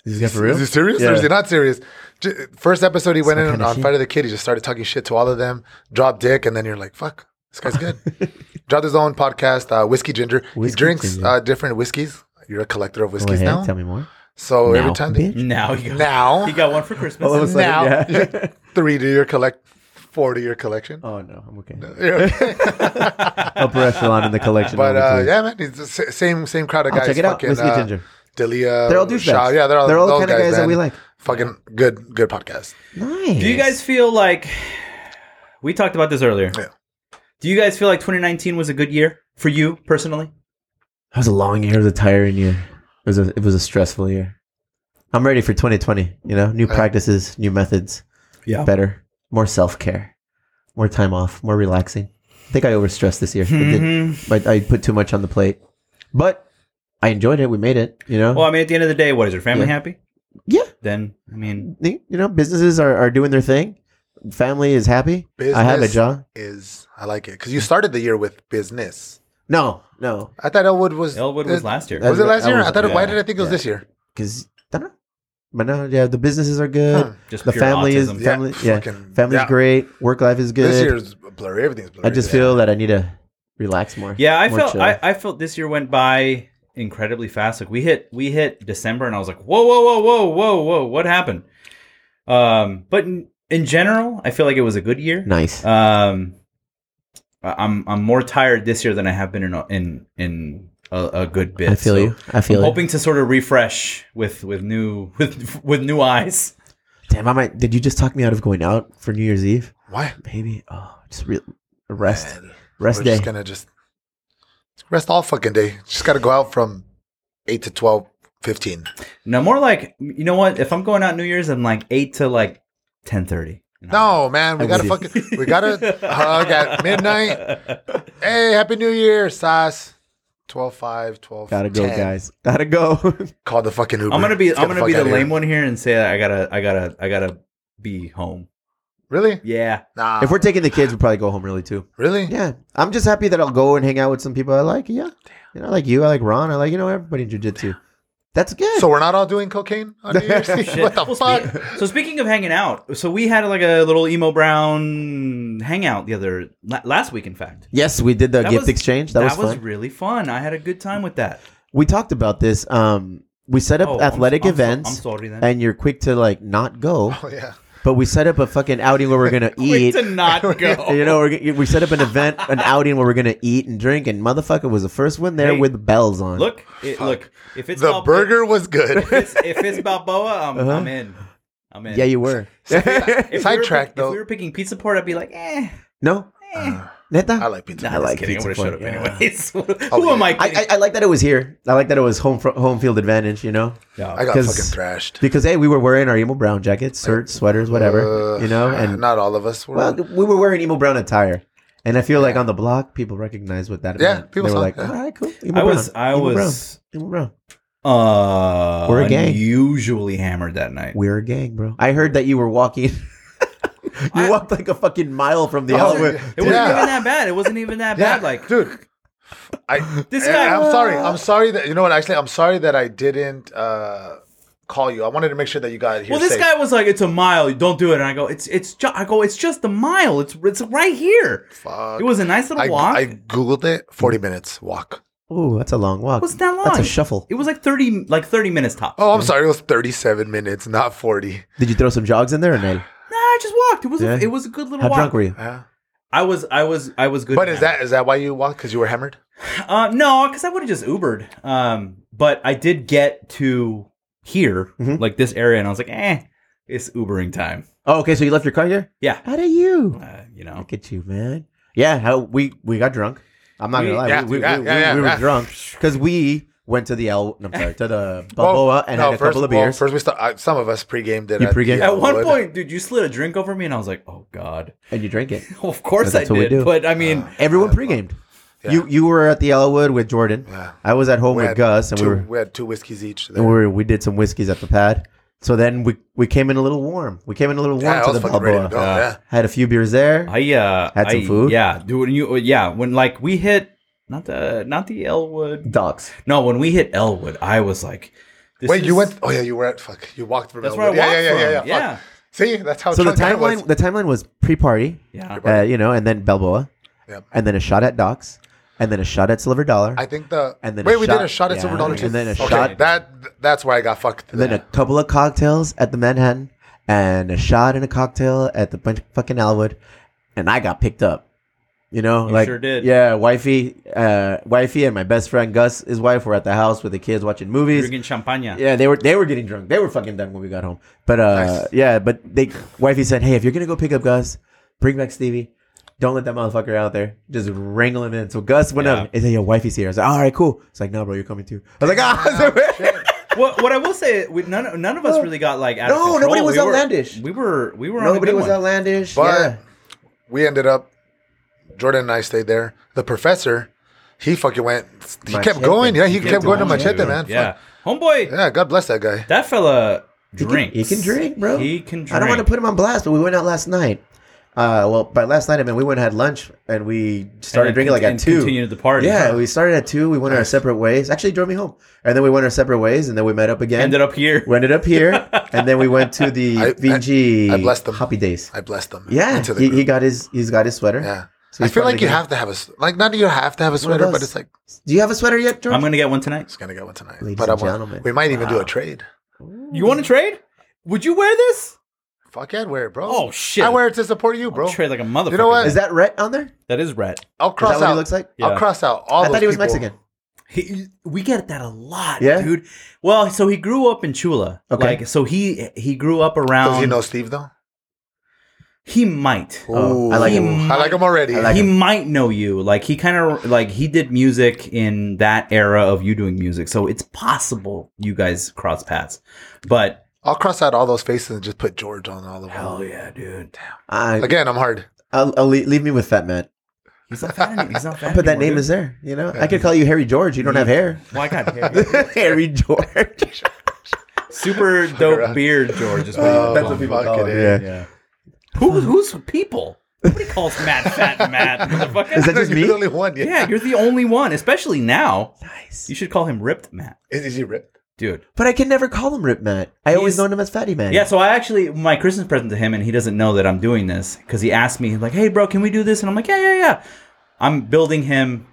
Is this guy for real? is he serious or Yeah. is he not serious? J- First episode he went my in kinda on shit. Fighter and the Kid, he just started talking shit to all of them, dropped dick, and then you're like, fuck, this guy's good. Dropped his own podcast, uh, Whiskey Ginger. he Whiskey drinks Ginger. Uh, different whiskeys. You're a collector of Go whiskeys ahead. now, Tell me more. Now, so every time they, bitch. Now you got, now he got one for Christmas. All of a sudden, now yeah. three to your collect, four to your collection. oh no, I'm okay. You're okay. Upper echelon in the collection. But I'm uh, okay. yeah, man, it's the sa- same same crowd of I'll guys. check it out. fucking, Whiskey uh, Ginger. Delia, They're all douchebags. Shaw. Yeah, they're all, They're all the those kinda guys that man. we like. Fucking good, good podcast. Nice. Do you guys feel like we talked about this earlier? Yeah. Do you guys feel like 2019 was a good year for you personally? That was a long year. It was a tiring year. It was a it was a stressful year. I'm ready for 2020. You know, new Yeah. practices, new methods, Yeah. better, more self care, more time off, more relaxing. I think I overstressed this year. I did- Mhm. but I put too much on the plate. But I enjoyed it. We made it. You know, Well, I mean, at the end of the day, what is your family Yeah. happy? Yeah. then I mean, You know, businesses are, are doing their thing. Family is happy. I have a Business. job. Is I like it because you started the year with business. No, no. I thought Elwood was Elwood was last year. That- Was it last Elwood- year? I thought. it- Why yeah, did I think it was yeah. this year? Because, but no, yeah, the businesses are good. Huh. Just The pure family is- autism. yeah. Family- fucking- Family's Hmm. yeah. great. Work life is good. This year's blurry. Everything's blurry. I just Yeah. feel that I need to relax more. Yeah, I More felt chill. I, I felt this year went by incredibly fast. Like we hit we hit December and I was like, whoa, whoa, whoa, whoa, whoa, whoa, what happened? Um, but in, in general, I feel like it was a good year. nice. Um, I- I'm I'm more tired this year than I have been in a, in in a, a good bit. I feel So you. I feel I'm you. hoping to sort of refresh with with new with with new eyes. Damn, I might. Did you just talk me out of going out for New Year's Eve? why. Maybe. Oh, just re- rest. Man, Rest we're day. just gonna just rest all fucking day. Just gotta go out from eight to 12, 15. No, more like you know what? If I'm going out New Year's, I'm like eight to like ten thirty. No, man, we I gotta would. fucking we gotta hug at midnight. Hey, happy New Year, Sas. 12, 5, 12, Gotta go, 10. guys. Gotta go. Call the fucking Uber. I'm gonna be Let's get I'm gonna fuck be the outta here. lame one here and say that I gotta I gotta I gotta be home. Really? Yeah, Nah. if we're taking the kids, we'll probably go home early too. really? Yeah, I'm just happy that I'll go and hang out with some people I like. Yeah, you know, I like you. I like Ron. I like you know everybody in jujitsu. That's good. So we're not all doing cocaine on New Year's Eve? Shit. What the Well, fuck? spe- so speaking of hanging out, so we had like a little emo brown hangout the other la- last week. In fact, yes, we did the That gift was- exchange. That, was fun. really fun. I had a good time with that. we talked about this. Um, we set up Oh, I'm- athletic I'm so- events, I'm sorry then. and you're quick to like not go, Oh, yeah. but we set up a fucking outing where we're gonna Wait eat. to not And, go. you know, we're, g- we set up an event, an outing where we're gonna eat and drink, and motherfucker was the first one there Hey, with bells on. Look, it, look. If it's The Bal- burger was good. if it's, if it's Balboa, I'm, I'm in. I'm in. Uh-huh. yeah, you were. If we were Sidetrack, pick- though. If we were picking pizza port, I'd be like, eh. no, neta. Uh, I like pizza. Nah, I just like kidding. I pizza would have showed up port, yeah. anyways. Who yeah. am I I, kidding? I, I like that it was here. I like that it was home fr- home field advantage. You know, I got 'Cause- fucking thrashed. because hey, we were wearing our emo brown jackets, shirts, sweaters, whatever. Uh, you know, and not all of us were. well, we were wearing emo brown attire, and I feel like on the block, people recognized what that. Yeah, meant. people they were saw like, it, yeah. all right, cool. Emo I was, brown, I emo was, brown, emo brown. uh, We're a gang. unusually hammered that night. We're a gang, bro. I heard that you were walking. you walked like a fucking mile from the Oh, elevator. yeah. It wasn't Yeah. even that bad. It wasn't even that bad. Like, dude. I, This this guy- guy. I'm sorry. I'm sorry that you know what. Actually, I'm sorry that I didn't uh, call you. I wanted to make sure that you got here. well, this safe. guy was like, "It's a mile. You don't do it." And I go, "It's, it's." Ju-. I go, "It's just a mile. It's, it's right here." Fuck. It was a nice little I, walk. I googled it. Forty minutes walk. Ooh, that's a long walk. What's that long? That's a shuffle. It was like thirty, like thirty minutes top. Oh, I'm sorry. It was 37 minutes, not 40. Did you throw some jogs in there or no? Nah, I just walked. It was, Yeah. a, it was a good little How walk. drunk were you? Yeah. I was, I was, I was good. But is now. that is that why you walked? Because you were hammered? Uh, no, because I would have just Ubered. Um, but I did get to here, Mhm. like this area, and I was like, eh, it's Ubering time. Oh, okay. So you left your car here? Yeah. How do you? Uh, you know, Look at you, man. Yeah, how we we got drunk. I'm not We- gonna lie, yeah, we, we, yeah, we, yeah, we- yeah, we were yeah. drunk because we went to the L. No, I'm sorry, to the Balboa and had a first, couple of well, beers. first, we start, uh, some of us pre-gamed it. You at the pre-gamed? at one Elwood. point, dude, you slid a drink over me, and I was like, oh god. and you drank it. of course I That's what we did, do. Ah. but I mean, Everyone pre-gamed. yeah. You you were at the Elwood with Jordan. Yeah. I was at home We with had Gus, and two, we were we had two whiskeys each. and we were, we did some whiskeys at the pad. So then we we came in a little warm. We came in a little warm yeah, I to was the fucking ready to Balboa. go. Yeah. Had a few beers there. I uh, Had some I- food? Yeah, dude, when you uh, yeah, when like we hit not the not the Elwood. Dogs. No, when we hit Elwood, I was like, this Wait, you is- went? Oh yeah, you were at fuck. You walked from. That's where I Elwood. walked yeah, yeah, yeah, yeah, from. yeah. Yeah, Fuck. See, that's how. So the drunk I was. timeline the timeline was pre-party. yeah. uh, you know, and then Balboa, Yep. and then a shot at Docs, and then a shot at Silver Dollar, I think the And and then then wait, a we shot- did a shot at yeah, Silver Dollar and too. then a okay, shot- That that's where I got fucked. and then a couple of cocktails at the Manhattan, and a shot and a cocktail at the bunch fucking Alwood, and I got picked up. You know, You like sure did. yeah, wifey, uh, wifey, and my best friend Gus, his wife, were at the house with the kids watching movies. Drinking champagne. Yeah. Yeah, they were they were getting drunk. They were fucking drunk when we got home. But uh, Nice. yeah, but they wifey said, "Hey, if you're gonna go pick up Gus, bring back Stevie. Don't let that motherfucker out there. Just wrangle him in." So Gus went up. He said, "Yo, wifey's here." I was like, "All right, cool." It's like, "No, bro, you're coming too." I was like, "Ah, what, what I will say, we, none none of us really got like out of No, control. nobody was we were- outlandish. we were we were nobody on a good was one. outlandish." But- yeah. we ended up. Jordan and I stayed there. The professor, he fucking went. He Machete. kept going. Yeah, he, He kept kept going to going, Machete, dude. man. Yeah, Fuck. homeboy, Yeah. God bless that guy. that fella can- drinks. he can drink, bro. He can drink. I don't want to put him on blast, but we went out last night. Uh, well, by last night I mean we went and had lunch, and we started And drinking like at and two. Continued the party. Yeah, we started at two. We went our separate ways. Actually, he drove me home, and then we went our separate ways, and then we met up again. ended up here. we ended up here, and then we went to the I- I- VG I blessed him. Happy Days. I blessed them. Yeah, into the he, group. he got his he's got his sweater. yeah. So I he's feel part of like the you gang. have to have a s- like not that you have to have a sweater, but those. it's like Do you have a sweater yet, George? I'm gonna get one tonight. it's gonna get one tonight. Ladies but and I want- gentlemen. we might even do Wow. a trade. You want to trade? Would you wear this? Fuck yeah, I'd wear it, bro. Oh shit! I wear it to support you, bro. I'll trade like a motherfucker. You know what? Is that Rhett on there? Is That is red. I'll cross that what out. he looks like? Yeah. I'll cross out all. I those thought he was people. Mexican. He, we get that a lot, Yeah? dude. Well, so he grew up in Chula. Okay. Like, so he he grew up Does around. he Um, know Steve though? he might. Oh, I like Ooh. him. I like him already. I like he him. might know you. Like he kind of like he did music in that era of you doing music. So it's possible you guys cross paths. But I'll cross out all those faces and just put George on all of them. yeah, dude. I, Again, I'm hard. I'll, I'll leave, leave me with Fat Man. He's not fat any- he's not fat But that anymore, name is there. You know, I could call you Harry George. You don't have hair. dude. Well, I got hair. Harry George. Super dope beard, George. Is what you Oh, call that's what him. people call it, yeah. Yeah. Who, who's people? Nobody calls Matt Fat Matt. motherfucker. Is that just You're me? the only one. Yeah. yeah, you're the only one, especially now. Nice. You should call him Ripped Matt, Is, is he ripped? dude. But I can never call him Rip Matt. I always He's- known him as Fatty Man. Yeah, so I actually my Christmas present to him, and he doesn't know that I'm doing this because he asked me like, "Hey, bro, can we do this?" And I'm like, "Yeah, yeah, yeah." I'm building him.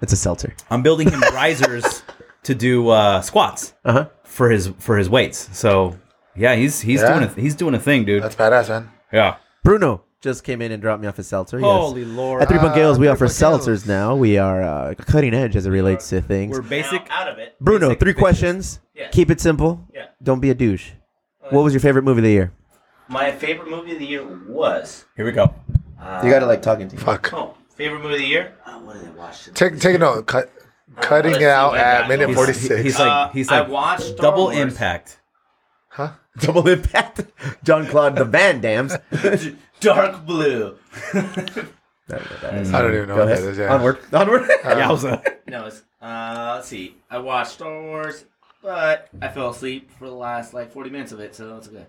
It's a seltzer. I'm building him risers to do uh, squats Uh huh. for his for his weights. So yeah, he's he's Yeah. doing a, he's doing a thing, dude. That's badass, man. yeah. Bruno just came in and dropped me off his seltzer. yes. Holy lord. At Three Punk Ah, Gales, we Three offer Punk Gales. seltzers now. We are uh, cutting edge as it relates to things. We're basic. out of it. Bruno, basic three bitches. questions. Yeah. Keep it simple. Yeah. Don't be a douche. What was your favorite movie of the year? My favorite movie of the year was. Here we go. Uh, You gotta like talking to me. Fuck. Oh, favorite movie of the year? Uh, what did I watch? Take take a note. Cut, cutting Let's it see out what at I got. minute He's- forty six. he's like- Uh, I watched Star Double Wars. impact. huh? Double impact. John Claude the Van Dams. Dark Blue. I don't Mm. even know Go what that ahead. is. Yeah. Onward. Onward. yeah, I was a- No, it's, uh, let's see. I watched Star Wars, but I fell asleep for the last like 40 minutes of it, so that's okay.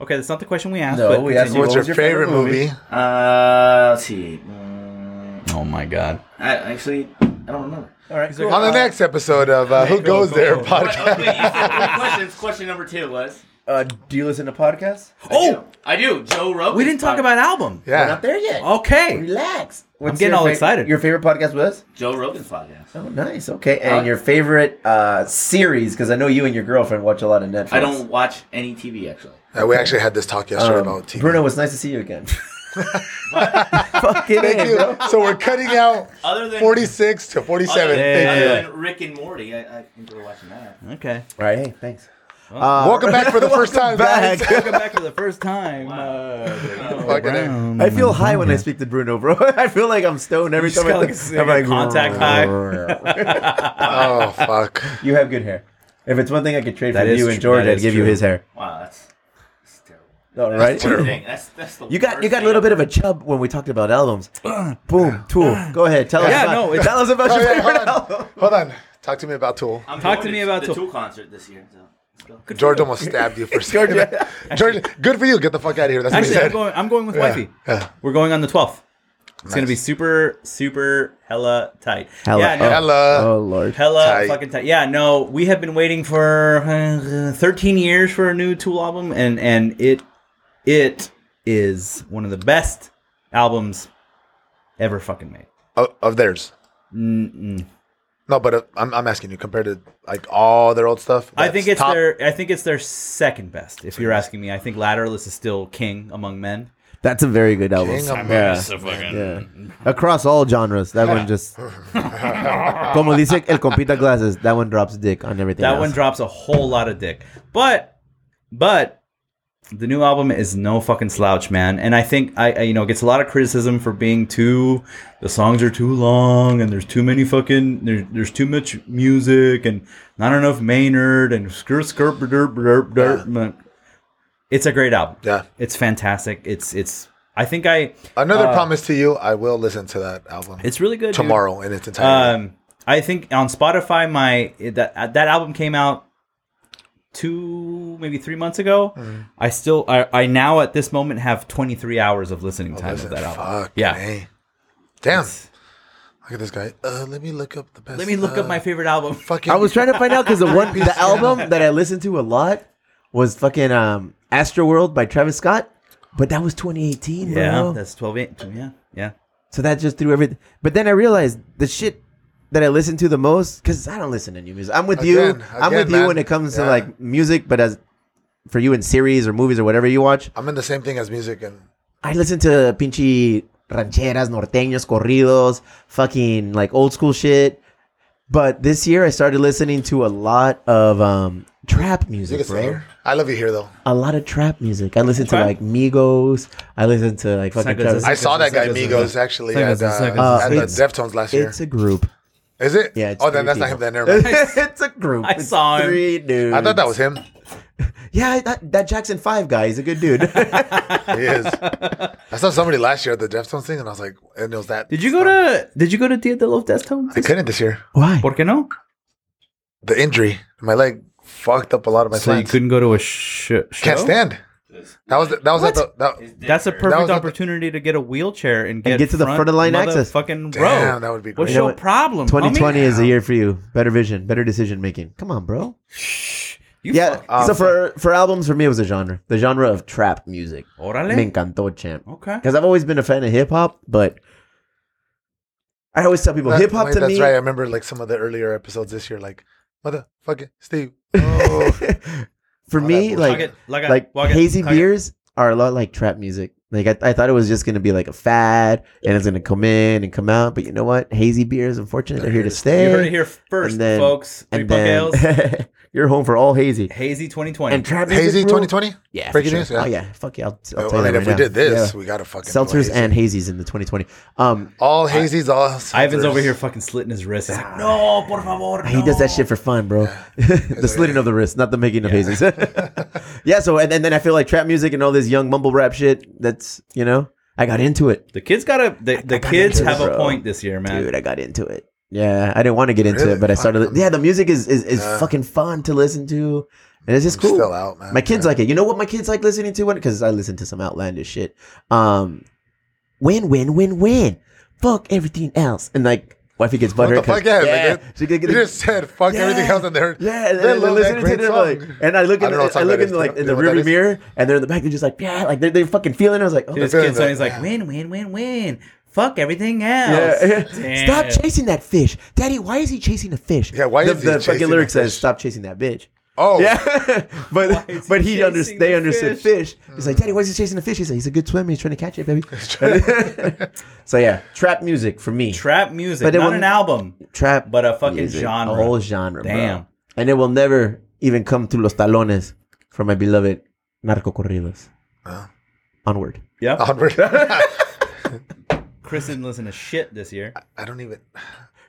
okay, that's not the question we asked. No, but we asked continue. What's your, favorite movie? Uh, let's see. Mm, Oh my god. I actually, I don't remember. All right. cool. On the next episode of uh, Who go, Goes go, There go. But, uh, wait, you podcast. said three questions. Question number two was. Uh, do you listen to podcasts? I Oh! do. I do. Joe Rogan. We didn't talk about album. We're Yeah. not there yet. Okay. Relax. What's getting your all excited. Your favorite podcast was? Joe Rogan's podcast. Oh, nice. Okay. And Uh, your favorite uh, series? Because I know you and your girlfriend watch a lot of Netflix. I don't watch any TV actually. Uh, we actually had this talk yesterday Um, about TV. Bruno, it's nice to see you again. Fucking A, Thank bro. you. So we're cutting out Other than forty six to forty other, seven. than- Yeah. Thank you. other than Rick and Morty, I, I enjoy watching that. Okay. All right. Hey, thanks. Uh, Welcome back for the first time, guys. Welcome back for the first time. Uh, Fucking A. Brown. I feel high when I speak to Bruno, bro. I feel like I'm stoned every just time. I got, think- like, a contact Oh fuck. you have good hair. If it's one thing I could trade That for is you true. and George, That I'd is give you true. his hair. Wow, that's, that's terrible. All right. That's, thing. that's, that's the You got you got a little bit of a chub when we talked about albums. Boom, Tool. Go ahead, tell us. Yeah, about, no, it's- tell us about Oh, your yeah, favorite hold album. on. Hold on. Talk to me about Tool. Talk to me about the Tool. Tool concert this year. So. let's go. George almost stabbed you for saying George, that. George, good for you. Get the fuck out of here. That's Actually, what he I'm said. going. I'm going with wifey. yeah. We're going on the 12th. It's gonna Nice. be super, super hella tight. Hella- yeah, no, oh. Hello. lord. hella Tight. fucking tight. Yeah, no, we have been waiting for uh, 13 years for a new Tool album, and and it it is one of the best albums ever fucking made. Of, of theirs. Mm-mm. No, but uh, I'm, I'm asking you compared to like all their old stuff. I that's think it's top- their. I think it's their second best. If you're asking me, I think Lateral is still king among men. That's a very good album. King of yeah. Hearts. yeah. Across all genres, that one just. Como dice el compita glasses, that one drops dick on everything. That else. one drops a whole lot of dick, but but the new album is no fucking slouch, man. And I think I, I you know it gets a lot of criticism for being too. The songs are too long, and there's too many fucking there, there's too much music, and not enough Maynard, and skirt skirt derp derp derp. It's a great album. Yeah. It's fantastic. It's it's. I think I. Another promise to you. I will listen to that album Uh, It's really good. dude. tomorrow in its entirety. Um, I think on Spotify, my that that album came out two, maybe three months ago. Mm-hmm. I still, I, I now at this moment have 23 hours of listening time Listen, of that album. Oh, fuck, yeah. man. Damn. It's- Look at this guy. Uh, let me look up the best. Let me look uh, up my favorite album. fucking. I was trying to find out because the one the album that I listened to a lot was fucking um Astroworld by Travis Scott, but that was 2018, Yeah, bro. that's 12 inch. Yeah, yeah. so that just threw everything. But then I realized the shit that I listen to the most because I don't listen to new music. I'm with you. Again, I'm with again, you man. when it comes to Yeah. like music, but as for you in series or movies or whatever you watch, I'm in the same thing as music and I listen to pinchy rancheras, norteños, corridos, fucking like old school shit. But this year I started listening to a lot of um, trap you music, can stay bro. here. I love you here though. A lot of trap music. I listen to Okay. like Migos. I listen to like fucking. Psycho- Travis. I saw that guy Suckers, Migos suckers. actually Suckers, at, uh, suckers, Uh, at the suckers. Deftones last year. It's a group. Is it? Yeah, it's oh, then three that's not him. people. Then never mind. it's a group. I It's saw him. Three dudes. I thought that was him. Yeah, I- that, that Jackson Five guy. He's a good dude. He is. I saw somebody last year at the Deftones thing, and I was like, and it was that. Did you go to Did you go to Dia de los Deftones? I couldn't this year. Why? Por qué no? The injury, my leg fucked up a lot of my So you slants. couldn't go to a sh- show. Can't stand. That was that was at the that, That's a That perfect was at the- opportunity to get a wheelchair and get, get to the front of line access. Fucking row. damn. That would be great. What's You know your what? problem? 2020 homie? is a year for you. Better vision, better decision making. Come on, bro. You Yeah. fuck. so for for albums, for me, it was a genre. The genre of trap music. Órale. Me encantó, champ. Okay. Because I've always been a fan of hip hop, but I always tell people That- hip hop wait, to that's me. right. I remember like some of the earlier episodes this year, like motherfucking Steve. Oh, for All me, that like Tug it, lug it, like lug it, hazy tug it. beers are a lot like trap music. Like I, I thought it was just gonna be like a fad and it's gonna come in and come out, but you know what? Hazy beers, unfortunately, they're here to stay. You heard it here first, And then- folks. Three and buck ales. then you're home for all hazy Hazy 2020. and trap music. hazy bro- 2020. Yeah, for Breaking sure. news, yeah. Oh yeah, fuck yeah. I'll, I'll Well, tell I you mean, that right if we now. did this, Yeah. we gotta fucking do seltzers hazy. and hazies in the 2020. Um, all hazies, all. Seltzers. Ivan's over here fucking slitting his wrist. He's like, no, por favor. Ah. He does that shit for fun, bro. the slitting of the wrist, not the making of hazies. yeah, so and, and then I feel like trap music and all this young mumble rap shit. That's you know, I got into it, The kids gotta. The, the got kids into it, have a bro. point this year, man. dude. I got into it. Yeah, I didn't want to get into it, Really? but I started. Fuck. Yeah, the music is is, is Yeah. fucking fun to listen to, and it's just I'm cool. Still out, man. My kids like it. You know what my kids like listening to? Because I listen to some outlandish shit. Um, win, win, win, win. Fuck everything else. And like, wifey gets What butthurt. the 'cause- fuck? Yeah, yeah. Like, She get, you just said fuck Yeah. everything else, and they heard. yeah, and they then they're love listening that to great it, they're song. like, and I look I in, don't the, know I what song look that in is. the, like Do in you the know what that rearview is? mirror, and they're in the back. They're just like, yeah, like they're, they're fucking feeling. it. I was like, oh, His They're kid's feeling son, he's that. like, win, win, win, win. Fuck everything else. Yeah. Damn. Stop chasing that fish, Daddy. Why is he chasing a fish? Yeah, why the, is he the chasing fucking lyric a says, fish? "Stop chasing that bitch." Oh, Yeah, Why but is he but he under, chasing they the understood fish. fish? He's like, Daddy, why is he chasing the fish? He's like, he's a good swimmer. He's trying to catch it, baby. so yeah, trap music for me. Trap music, But it not won't- an album. trap, But a fucking music. genre. a whole genre. bro. Damn. and it will never even come to los talones for my beloved narco corridos. Onward. Yeah. Onward. Chris didn't listen to shit this year. I don't even.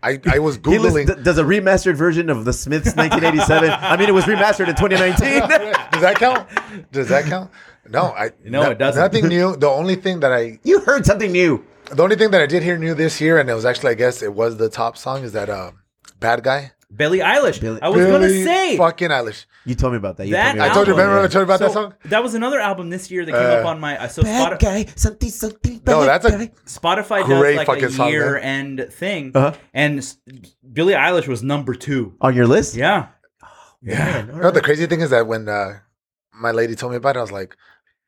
I I was He lis- googling. d- does a remastered version of The Smiths 1987. I mean, it was remastered in 2019. Does that count? Does that count? No, I No, it doesn't. Nothing new. The only thing that I you heard something new. the only thing that I did hear new this year, and it was actually I guess it was the top song, is that um Bad Guy. Billie Eilish. Billie- I was Billie gonna say fucking Eilish. You told me about that. You that. told me about I told you, album- remember I told you about that So, song? Uh, That was another album this year that came up on my. I so Bad Spotify. guy, something, something. No, bad that's a- guy. Spotify Great does like fucking a song, man. year end thing, Uh-huh. and s- Billie Eilish was number two. on your list. Yeah, Oh, Yeah. You know, the crazy thing is that when uh, my lady told me about it, I was like,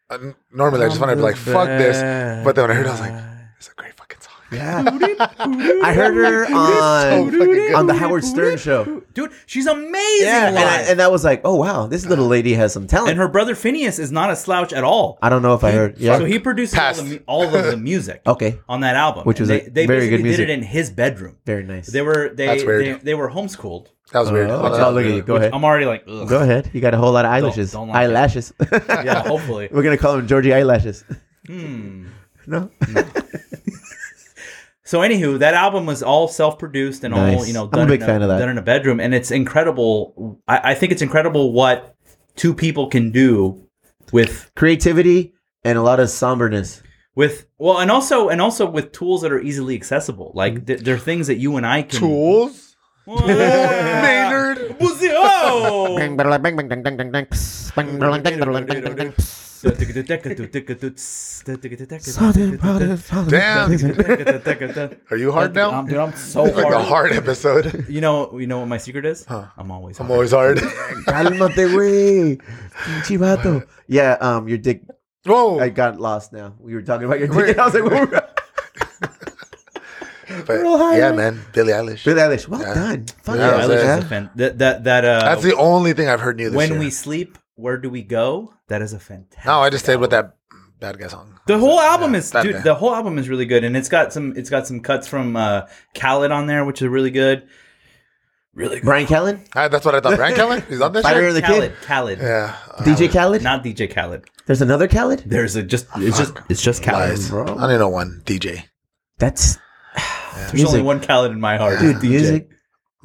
uh, n- normally I just want to be like, fuck this. But then when I heard it, I was like, it's a great fucking song. I heard her so on Oh, fucking good. on the Howard Stern show. dude, she's amazing. Yeah, and I, live. and I was like, oh wow, this little lady has some talent. And her brother Phineas is not a slouch at all. I don't know if I heard. Yeah. So he produced all, the, Passed. mu- all of the music okay. on that album, Which was And a they, they very basically good music. did it in his bedroom. Very nice. They were they That's weird. They, they were homeschooled. That was weird. Oh, Hold on. oh, look at you. Go ahead. I'm already like, Ugh. Go ahead. You got a whole lot of eyelashes. don't like it. eyelashes. yeah, hopefully. we're gonna call him Georgie Eyelashes. Hmm. no. So, anywho, that album was all self-produced and all Nice. you know I'm a done, big in, fan a, of that. done in a bedroom, and it's incredible. I, I think it's incredible what two people can do with Creativity and a lot of somberness. with well, and also and also with tools that are easily accessible. Like th- there are things that you and I can Tools? Maynard. Maynard? Whoa! Damn. Are you hard now? I'm, dude, I'm so like a hard hard. episode. You know, you know what my secret is? I'm always I'm hard. always hard. Cálmate, güey. Pinche vato. Yeah, um, your dick. Whoa. Oh. I got lost now. We were talking about your dick, Wait. and I was like, "Whoa." But, real hard, yeah, right? man. Billie Eilish. Billie Eilish, well Yeah. done. Fuck Yeah, yeah, I Eilish was is Yeah. a fan. That that that uh. That's the only thing I've heard new this when year. we sleep, where do we go? That is a fantastic. no, I just stayed with that bad guy song. The whole album Yeah, is that dude, guy. the whole album is really good, and it's got some it's got some cuts from uh, Khaled on there, which is really good. Really good. Brian Callen, Ah, that's what I thought. Brian Kelly? He's on this Fire shit? of the Khaled, Kid, Khaled, Yeah. Uh, DJ Khaled. not DJ Khaled. There's another Khaled. There's a just it's just it's just Uh, Khaled. lies. bro. I only know one DJ. That's There's music. only one Khaled in my heart, Dude, DJ. music,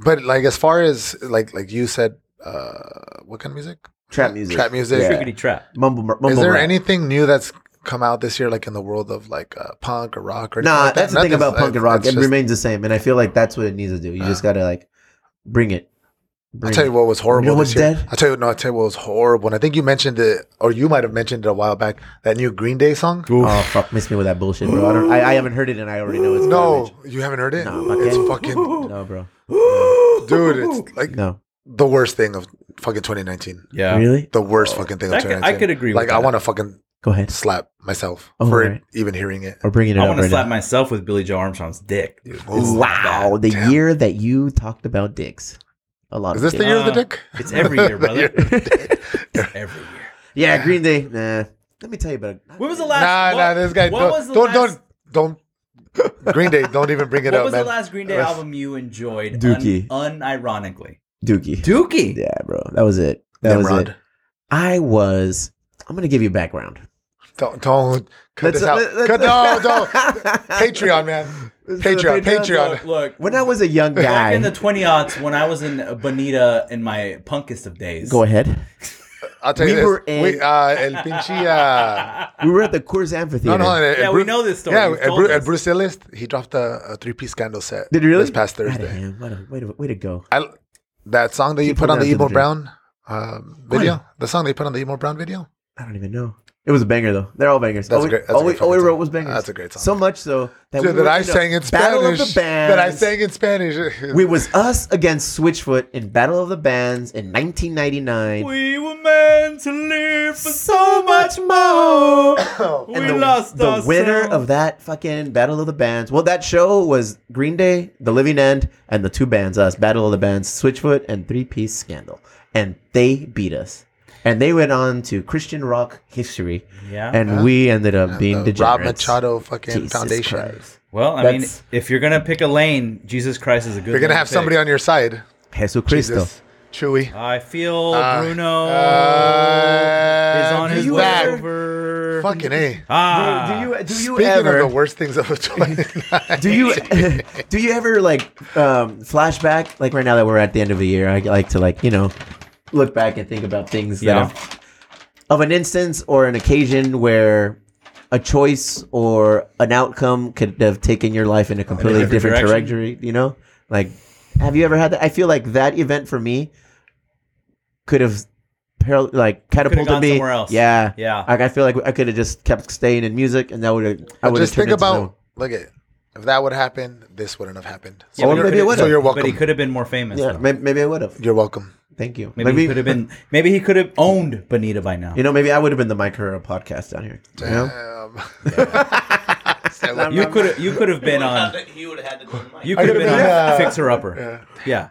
But like as far as like like you said, uh what kind of music? trap music, Trap music. Yeah. Triggity trap. mumble, mumble. Is there rap. anything new that's come out this year, like in the world of like uh, punk or rock or anything Nah, like that? that's the thing about Nothing's- punk it's- and rock. uh, it's It just- remains the same, and I feel like that's what it needs to do. You just gotta like bring it. I'll Bring tell you what was horrible. You know this what's year. dead? I'll tell you no. I'll tell you what was horrible. And I think you mentioned it, or you might have mentioned it a while back. That new Green Day song. it. Oh fuck, miss me with that bullshit, bro. I, don't, I, I haven't heard it, and I already know it's No, you haven't heard it. No, fuck it's it. fucking garbage. no, bro, dude. It's like no, the worst thing of fucking 2019. Yeah. really. The worst fucking thing That of could- I 2019. could agree with Like I that. want to fucking Go ahead, slap myself Oh, for alright. even hearing it. or bringing it I up want to right slap now. myself with Billy Joe Armstrong's dick, dude. It's Ooh. that bad. Wow, the Damn. year that you talked about dicks, a lot. Is of this the dicks. year of the Uh, dick? It's every year, The brother. year of the dick. every year. Yeah, Green Day. Nah, let me tell you about. When was the Nah, last? what- nah. This guy. what Don't, was the don't, last- don't, don't. Green Day. Don't even bring it What up, was man. the last Green Day That's- album you enjoyed? Dookie. Un- unironically. Dookie. Dookie. Yeah, bro, that was it. That was Nimrod. it. I was. I'm gonna give you background. Don't don't cut Let's- this out. let- cut, no, let's- no. Patreon, man. Patreon, Patreon. Look, look, When I was a young back in the guy, 20 aughts, when I was in Bonita in my punkest of days. go ahead. I'll tell We you this. were in- we, uh, El Pinche. Uh, We were at the Coors no, Amphitheater. no. at- at Yeah, we know this story. Yeah, You've at, told Bru- at us. Bruce Ellis, he dropped a, a three-piece scandal set. Did you really? This past Outta Thursday. hand. What a- Way to, way to go. I, that song that you Keep put on going the down to Emo the Brown um, video. The song they put on the Emo Brown video. I don't even know. It was a banger though. They're all bangers. That's all a we, great- that's a all, we, great all we fucking wrote song. was bangers. That's a great song. So much so that, Dude, we that went I to sang in Battle Spanish. of the Bands. That I sang in Spanish. We was us against Switchfoot in Battle of the Bands in 1999. We were meant to live for so much more. we the, lost the ourselves. winner of that fucking battle of the bands. Well, that show was Green Day, The Living End, and the two bands us battle of the bands Switchfoot and Three Piece Scandal, and they beat us. And they went on to Christian rock history, Yeah. and we ended up being the Rob degenerates. Machado fucking Jesus foundation. Christ. Well, I That's- mean, if you're going to pick a lane, Jesus Christ is a good You're gonna one have to somebody pick. on your side. Jesus Christo. Jesus, Chewy. I feel Uh, Bruno Oh. uh, is on do his you way ever- over. Fucking a. Ah. Do you do you Speaking ever of the worst things of 2019, do you do you ever like um, flashback like right now that we're at the end of the year? I like to like you know look back and think about things Yeah. that have, of an instance or an occasion where a choice or an outcome could have taken your life in a completely different different direction? trajectory. You know, like have you ever had that? I feel like that event for me could have paral- like catapulted gone me somewhere else. Yeah, Yeah. Like I feel like I could have just kept staying in music, and that would have. I would just think about look at if that would happen, this wouldn't have happened. So Or you're, maybe it would've. so you're But he welcome. could have been more famous. yeah. though. Maybe, maybe I would have. You're welcome. Thank you. Maybe, he could have been. Maybe he could have owned Bonita by now. You know, maybe I would have been the Mike Herrera podcast down here. You know? Um, You could have. You could have been on. He would have had to go to Mike. You could have could've been on been, uh, Fix Her Upper. Yeah.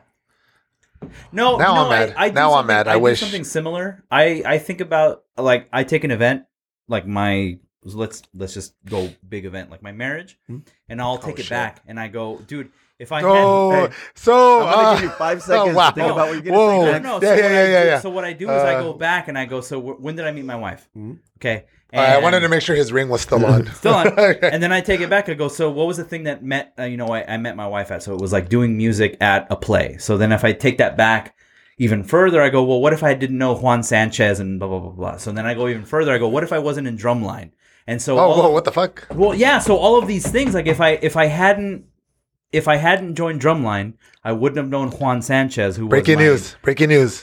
No. Now no, I'm mad. I, I do Now I'm something- mad. I do wish- something similar. I I think about like I take an event like my let's let's just go big event like my marriage, and I'll take Hmm? Oh, it shit. back and I go, dude. If I Oh, had, so I'm gonna uh, give you five seconds to wow. think about what you're gonna Whoa. say No, next. no. Oh, Yeah, so yeah, yeah, what I yeah, do, yeah. So what I do is I Uh, go back and I go. So wh- when did I meet my wife? Okay. Uh, I and- wanted to make sure his ring was still on. still on. and then I take it back. I go, so what was the thing that met? Uh, you know, I, I met my wife at. So it was like doing music at a play. So then if I take that back even further, I go, well, what if I didn't know Juan Sanchez and blah blah blah blah. So then I go even further. I go, what if I wasn't in drumline? And so Oh, all- whoa, what the fuck? well, yeah. So all of these things, like if I if I hadn't if I hadn't joined drumline, I wouldn't have known Juan Sanchez, who Breaking was my- news! Breaking news!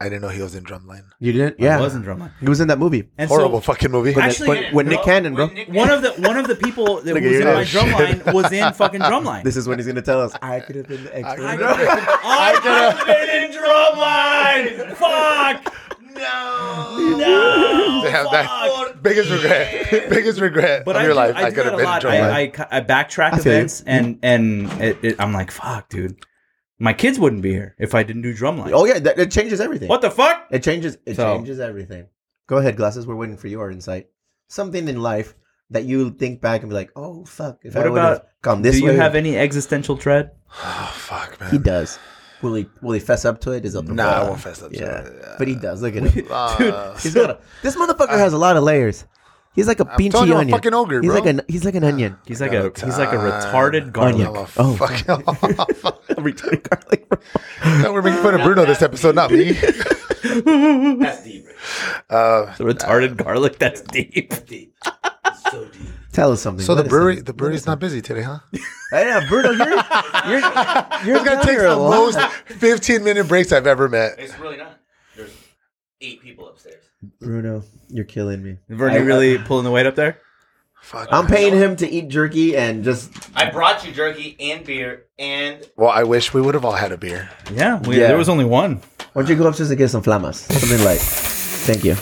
I didn't know he was in Drumline. You didn't? Yeah. I was in drumline. He was in that movie. And Horrible So, fucking movie. Actually, when- when Nick Cannon, bro. one of the one of the people that Look at was you in now. my drumline was in fucking This drumline. is when he's gonna tell us. I could have been the I expert. remember- I could could've- been in drumline. Fuck. No. No. Damn, that- biggest regret, biggest regret But of I, your do, life. I, I do could that have a been in lot. Drumline. I, I, ca- I backtrack I feel you. events and and it, it, I'm like, fuck, dude, my kids wouldn't be here if I didn't do drumline. Oh yeah, that, it changes everything. What the fuck? It changes. It So- changes everything. Go ahead, glasses. We're waiting for your insight. Something in life that you think back and be like, "Oh fuck, if What I would have about- gone this do way." you have any existential dread? oh fuck, he man. does. Will he? Will he fess up to it? Is up to Nah, I God. won't fess up to Yeah. it, yeah. but he does. Look at him. Uh, He's got a, this motherfucker has a lot of layers. He's like a pinchy told you I'm a onion. fucking ogre, he's bro. like an he's like an onion. He's like a Got he's like a time. retarded garlic. I'm a Oh. fucking. Retarded garlic. No, we're making fun of Bruno this episode, not me. That's deep. Uh, The retarded garlic. That's deep. Deep. So deep. Tell us something. so the Let us brewery, know. the brewery's not busy today, huh? Hey, yeah, Bruno, you're you're you're This guy down takes here a the lot. most 15 minute breaks I've ever met. It's really not. There's eight people upstairs. Bruno, you're killing me. Vernie really pulling the weight up there. Fuck. I'm paying him to eat jerky and just I brought you jerky and beer and well, I wish we would have all had a beer. Yeah, we, Yeah. there was only one. why don't you go upstairs and get some flamas? Something like, thank you.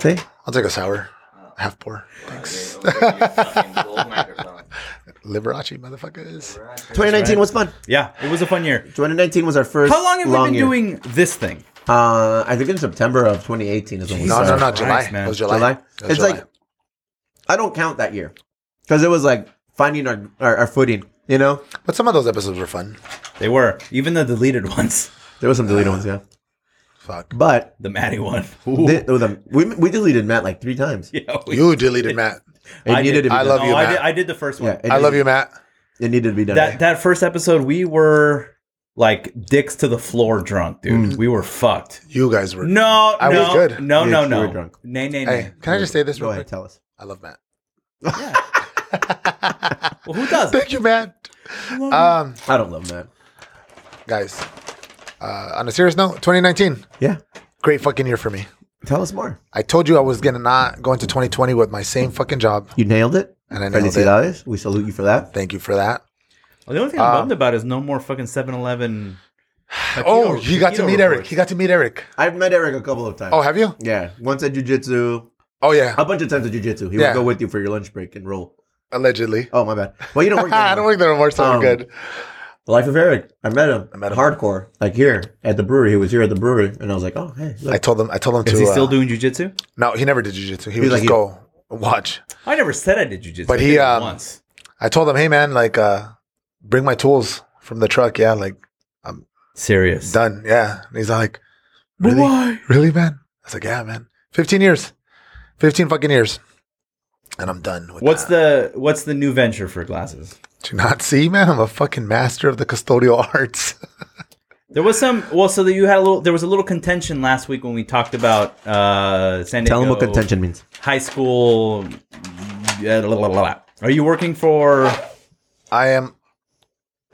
See, I'll take a sour, half pour. Thanks. oh, Your fucking gold microphone. Liberace, motherfuckers. 2019 was fun. Yeah, it was a fun year. 2019 was our first. How long have we been year. doing this thing? Uh, I think in September of 2018 is when we No, started. no, no. Christ, July. man. It was July. July? It was It's July. like- I don't count that year because it was like finding our, our our footing. You know, But some of those episodes were fun. They were even the deleted ones, there was some deleted ones, yeah. Fuck. But the Maddie one. the, oh, the, we we deleted Matt like three times. Yeah, we- You deleted Matt. It I needed to did. be I done. love no, you, I Matt. did. I did the first Yeah, one. it I love needed- you, Matt. It needed to be done. That that first episode, we were like dicks to the floor drunk, Mm. dude. We were fucked. You guys were. No, I no, was good. no, no, You no. were drunk. Nay, nay, nay. Hey, can I just say this Go real ahead, quick? tell us. I love Matt. Well, who does? Thank you, Matt. Um, I don't love Matt. guys, uh, on a serious note, 2019, Yeah, great fucking year for me. tell us more. I told you I was gonna not go into 2020 with my same fucking job, You nailed it. and I nailed it. Felicidades. We salute you for that. Thank you for that. Well, the only thing uh, I'm bummed about is no more fucking 7-Eleven. Oh, you got to meet Eric. He got to meet Eric. I've met Eric a couple of times. Oh, have you? yeah. Once at jujitsu, Oh yeah, a bunch of times at jujitsu. He Yeah. would go with you for your lunch break and roll. allegedly. Oh my bad. Well, you don't work. there I don't anymore. work there no more, so I'm Um, good. The life of Eric. I met him. I met met him. him hardcore, like here at the brewery. He was here at the brewery, and I was like, oh hey, I look. told him. I told him to. Is he still uh, doing jujitsu? No, he never did jujitsu. He would like just go watch. I never said I did jujitsu. But I he, did it um, once. I told him, hey man, like, uh, bring my tools from the truck. Yeah, like Serious. done. Yeah. And he's like, But really? why? Really, man? I was like, yeah, man. 15 years. 15 fucking years. And I'm done with What's that. the what's the new venture for glasses? Do you not see, man? I'm a fucking master of the custodial arts. There was some well, so that you had a little. There was a little contention last week when we talked about uh, San Diego Tell him what contention means. high school. yeah, blah, blah, blah, blah. Are you working for? I am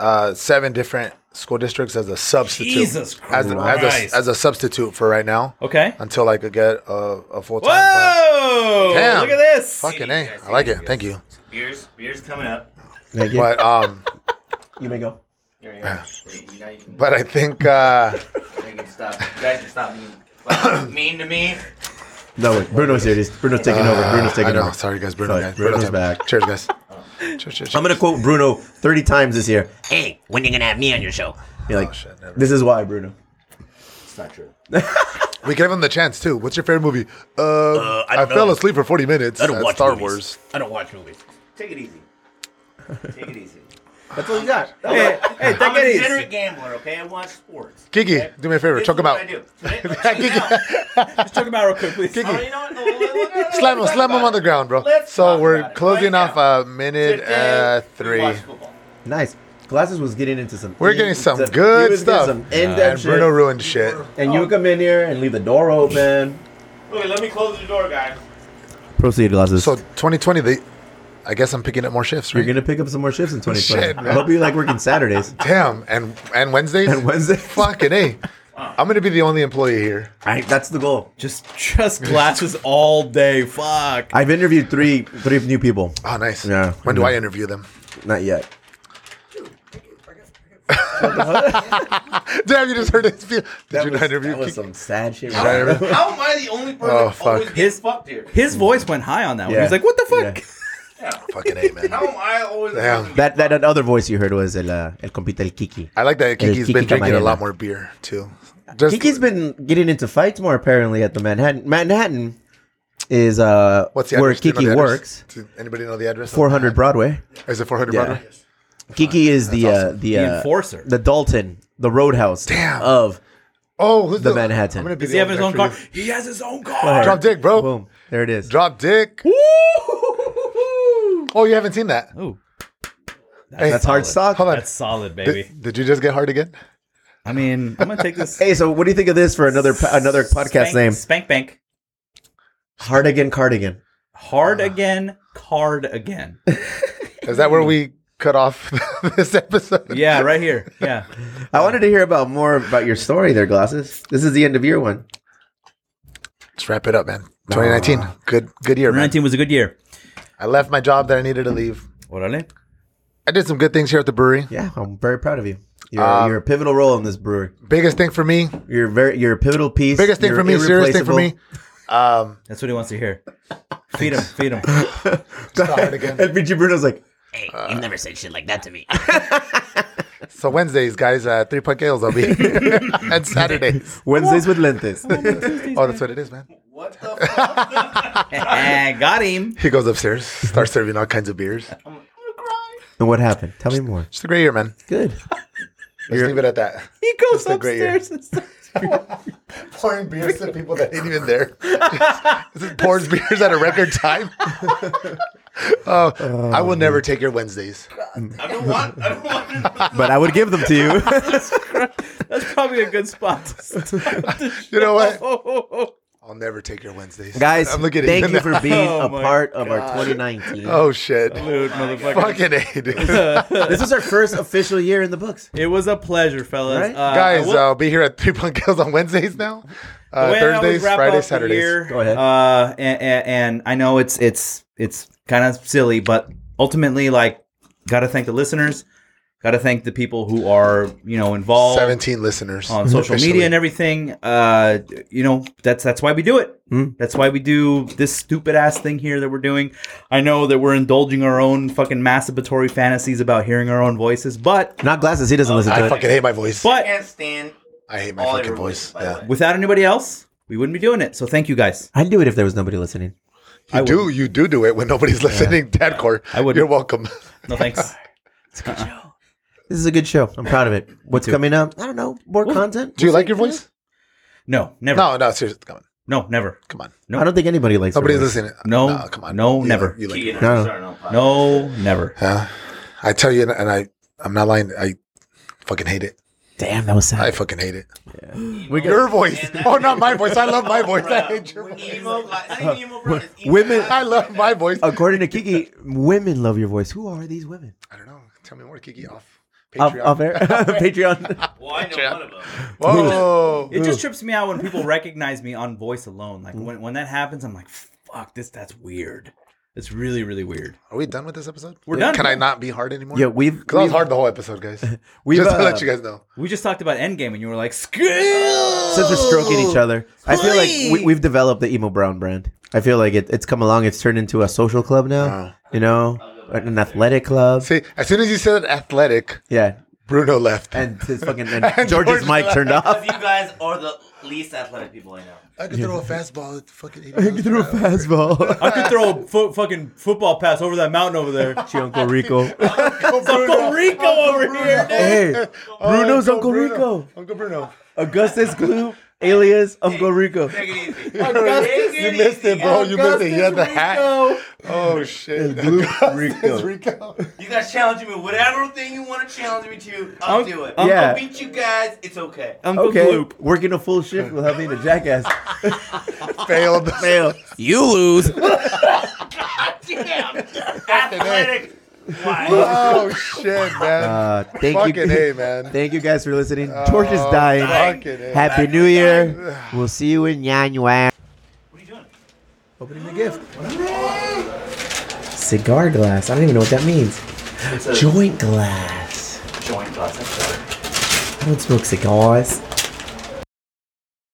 uh, seven different school districts as a substitute. Jesus as a, as Christ. a, as a substitute for right now Okay. until I could get a, a full time. Whoa! Damn. Look at this. Fucking A. I like it. Thank you. beers. Beer's coming up. Thank you. But um, you may go. Here we go. You, now you can, but I think uh, you can stop. You guys can stop being fucking mean to me. No wait, Bruno's here. He's- Bruno's taking over. Bruno's Uh, I taking know. over. Sorry, guys. Bruno, Sorry, guys. Bruno's time. back. Cheers, guys. Cheers, cheers, cheers. I'm gonna quote Bruno 30 times this year. hey, when you gonna have me on your show? You're like, Oh, shit, never. this is why, Bruno. It's not true. We gave him the chance too. What's your favorite movie? Uh, I I, don't fell know. asleep for forty minutes. I don't at watch Star movies. Wars. I don't watch movies. Take it easy. Take it easy. That's what you got. Hey, hey, take I'm a it easy. degenerate gambler. Okay, I watch sports. Kiki, okay? do me a favor, This choke is him out. what I do. Today- Choke him out. Let's talk about it real quick, please. Oh, you know what? No, no, no, no, no, Slam him, let's slam talk him on the about ground, bro. Let's so talk we're about it closing right off a minute it. uh, Today, we three. watch football. Nice. Glasses was getting into some. We're getting some he good was getting stuff. Some in-depth And shit. Bruno Oh. ruined shit. and you come in here and leave the door open. Wait, let me close the door, guys. Proceed, glasses. So 2020, they, I guess I'm picking up more shifts, You're right? gonna pick up some more shifts in 2020. Oh, Shit, man. I hope you like working Saturdays Damn, and and Wednesdays. and Wednesday. Fucking a. I'm gonna be the only employee here. I, that's the goal. Just just glasses all day. Fuck. I've interviewed three three new people. Oh, nice. Yeah. When do I interview them? Not yet. Damn, you just heard it. Did That you was, not interview? that was some sad shit. Did I interview- How am I the only person Oh, that always fuck. gets fucked here? His voice went high on that one. Yeah. He's like, "What the fuck?" Fucking a How man. am I always the Damn. person That that other voice you heard was el uh, el compita el Kiki. I like that El Kiki's been Kiki drinking a Camarena. lot more beer too. Just Kiki's been getting into fights more apparently at the Manhattan. Manhattan is uh what's the where address? Do you know Kiki the address? works. Does anybody know the address? Four hundred Broadway. Is it 400 Yeah. Broadway? Kiki is the uh, the The uh, enforcer. the Dalton, the Roadhouse Damn. of Oh, who's The Manhattan. I'm gonna be Does the he have his own only car? guy for you. He has his own car. Drop dick, bro. boom. There it is. Drop dick. Oh, you haven't seen that? Oh, Hey, That's hard stock. Hold on. that's solid, baby. Did, did you just get hard again? I mean, I'm gonna take this Hey, so what do you think of this for another po- another podcast spank, name? Spank Bank. Hardigan Cardigan. Hard again, card again. Is that where we cut off this episode? Mm. Yeah, right here. Yeah. I wanted to hear about more about your story there, Glasses. This is the end of year one. Let's wrap it up, man. 2019, good good year, man. 2019 was a good year. I left my job that I needed to leave. Orale. I did some good things here at the brewery. Yeah, I'm very proud of you. You're, Um, you're a pivotal role in this brewery. Biggest thing for me, You're very you're a pivotal piece. biggest thing You're for me, serious thing for me. Um, That's what he wants to hear. Feed him. Feed him. Stop it again. irreplaceable. and BG Bruno's like, Hey, you never said shit like that to me. so Wednesdays, guys, uh, three puck ales. I'll be here. and Saturdays. Wednesdays with Lentes. Oh, that's what it is, man. What the fuck? Eh, Got him. He goes upstairs, starts serving all kinds of beers. I'm gonna cry. and what happened? Tell me more. Just a great year, man. Good. Let's leave it at that. He goes a great year. upstairs and starts pouring beers to people that ain't even there. Just pours beers at a record time. oh, I will never take your Wednesdays. I don't want. I don't want. to- But I would give them to you. That's probably a good spot. To start the You know what? show. I'll never take your Wednesdays, Guys, I'm looking at thank you you now. for being Oh a my part of our 2019. Oh shit! Dude, motherfucker. Fucking a, dude. This is our first official year in the books. It was a pleasure, fellas. Right? Uh, I Guys, will- I'll be here at Three Punk Kills on Wednesdays now. the Uh, way I always Thursdays, wrap Fridays, up the Saturdays. year, Go ahead. Uh, and, and, and I know it's it's it's kind of silly, but ultimately, like, got to thank the listeners. Got to thank the people who are you know involved Seventeen listeners Mm-hmm. on social media and everything. Uh, you know that's that's why we do it. Mm. That's why we do this stupid ass thing here that we're doing. I know that we're indulging our own fucking masturbatory fantasies about hearing our own voices, but Not glasses. He doesn't listen to Oh, I it. fucking hate my voice. I but can't stand I hate my all fucking your voice. voice. by the Yeah. way. without anybody else, we wouldn't be doing it. So thank you guys. I'd do it if there was nobody listening. You do, you do do it when nobody's listening. Dadcore, I wouldn't. You're welcome. No thanks. This is a good show. I'm proud of it. What's too. coming up? I don't know. More content. Do you like your voice? No, never. No, no, seriously, come on, No, never. come on. I don't think anybody likes. our Nobody's voice. listening. No, come on. no, You like- never. you like Keegan, No. I'm starting on fire. No, never. Yeah, I tell you, and I, I'm not lying. I fucking hate it. Damn, that was I sad. fucking hate it. We Your voice. Oh, not my voice. I love my voice. I hate your voice. Uh, Emo, like, not even emo bro, it's emo Women- I love my voice. I According to Kiki, women love your voice. Who are these women? don't know. Tell me more, Kiki. Off. Off, Patreon. off air, Patreon. Well, I know one of them. Whoa. It just trips me out when people recognize me on voice alone. Mm. Like when, when that happens, I'm like, fuck this. That's weird. It's really really weird. Are we done with this episode? We're done. Can I not be hard anymore? Yeah, we've. Because I was we've- hard the whole episode, guys. We've, just to uh, let you guys know. We just talked about Endgame, and you were like, "Skill." Since we're stroking each other, I feel like we, we've developed the emo brown brand. I feel like it, it's come along. It's turned into a social club now. Wow. You know, an athletic club. See, as soon as you said athletic, Yeah, Bruno left. and his fucking And and George's George- mic turned Because off. you guys are the least athletic people I know. I could throw a fastball at fucking idiot. Threw a fastball. I could throw a fo- fucking football pass over that mountain over there. Your Uncle Rico. Uncle Rico over here. Hey, Bruno's Oh, Uncle Bruno. Rico. Uncle Bruno. Augustus Gloop, alias Uncle Rico. Take it easy. Augustus, you missed it, bro. You missed it. You had the hat. Rico. Oh shit. Gloop It's Rico. Rico. You guys challenge me with whatever thing you want to challenge me to. I'll Unc- do it. Uncle- I'll beat you guys. It's okay. Uncle Okay, Gloop. working a full shift without being a jackass. Failed. Fail. you lose. Damn. athletic. Why? Oh shit, man! Uh, thank Fucking you, A, man. Thank you guys for listening. George is Oh, dying. Fucking A. Happy New Year. We'll see you in January. what are you doing? Opening the gift. Cigar glass. I don't even know what that means. It's a Joint glass. joint glass. That's better. I don't smoke cigars.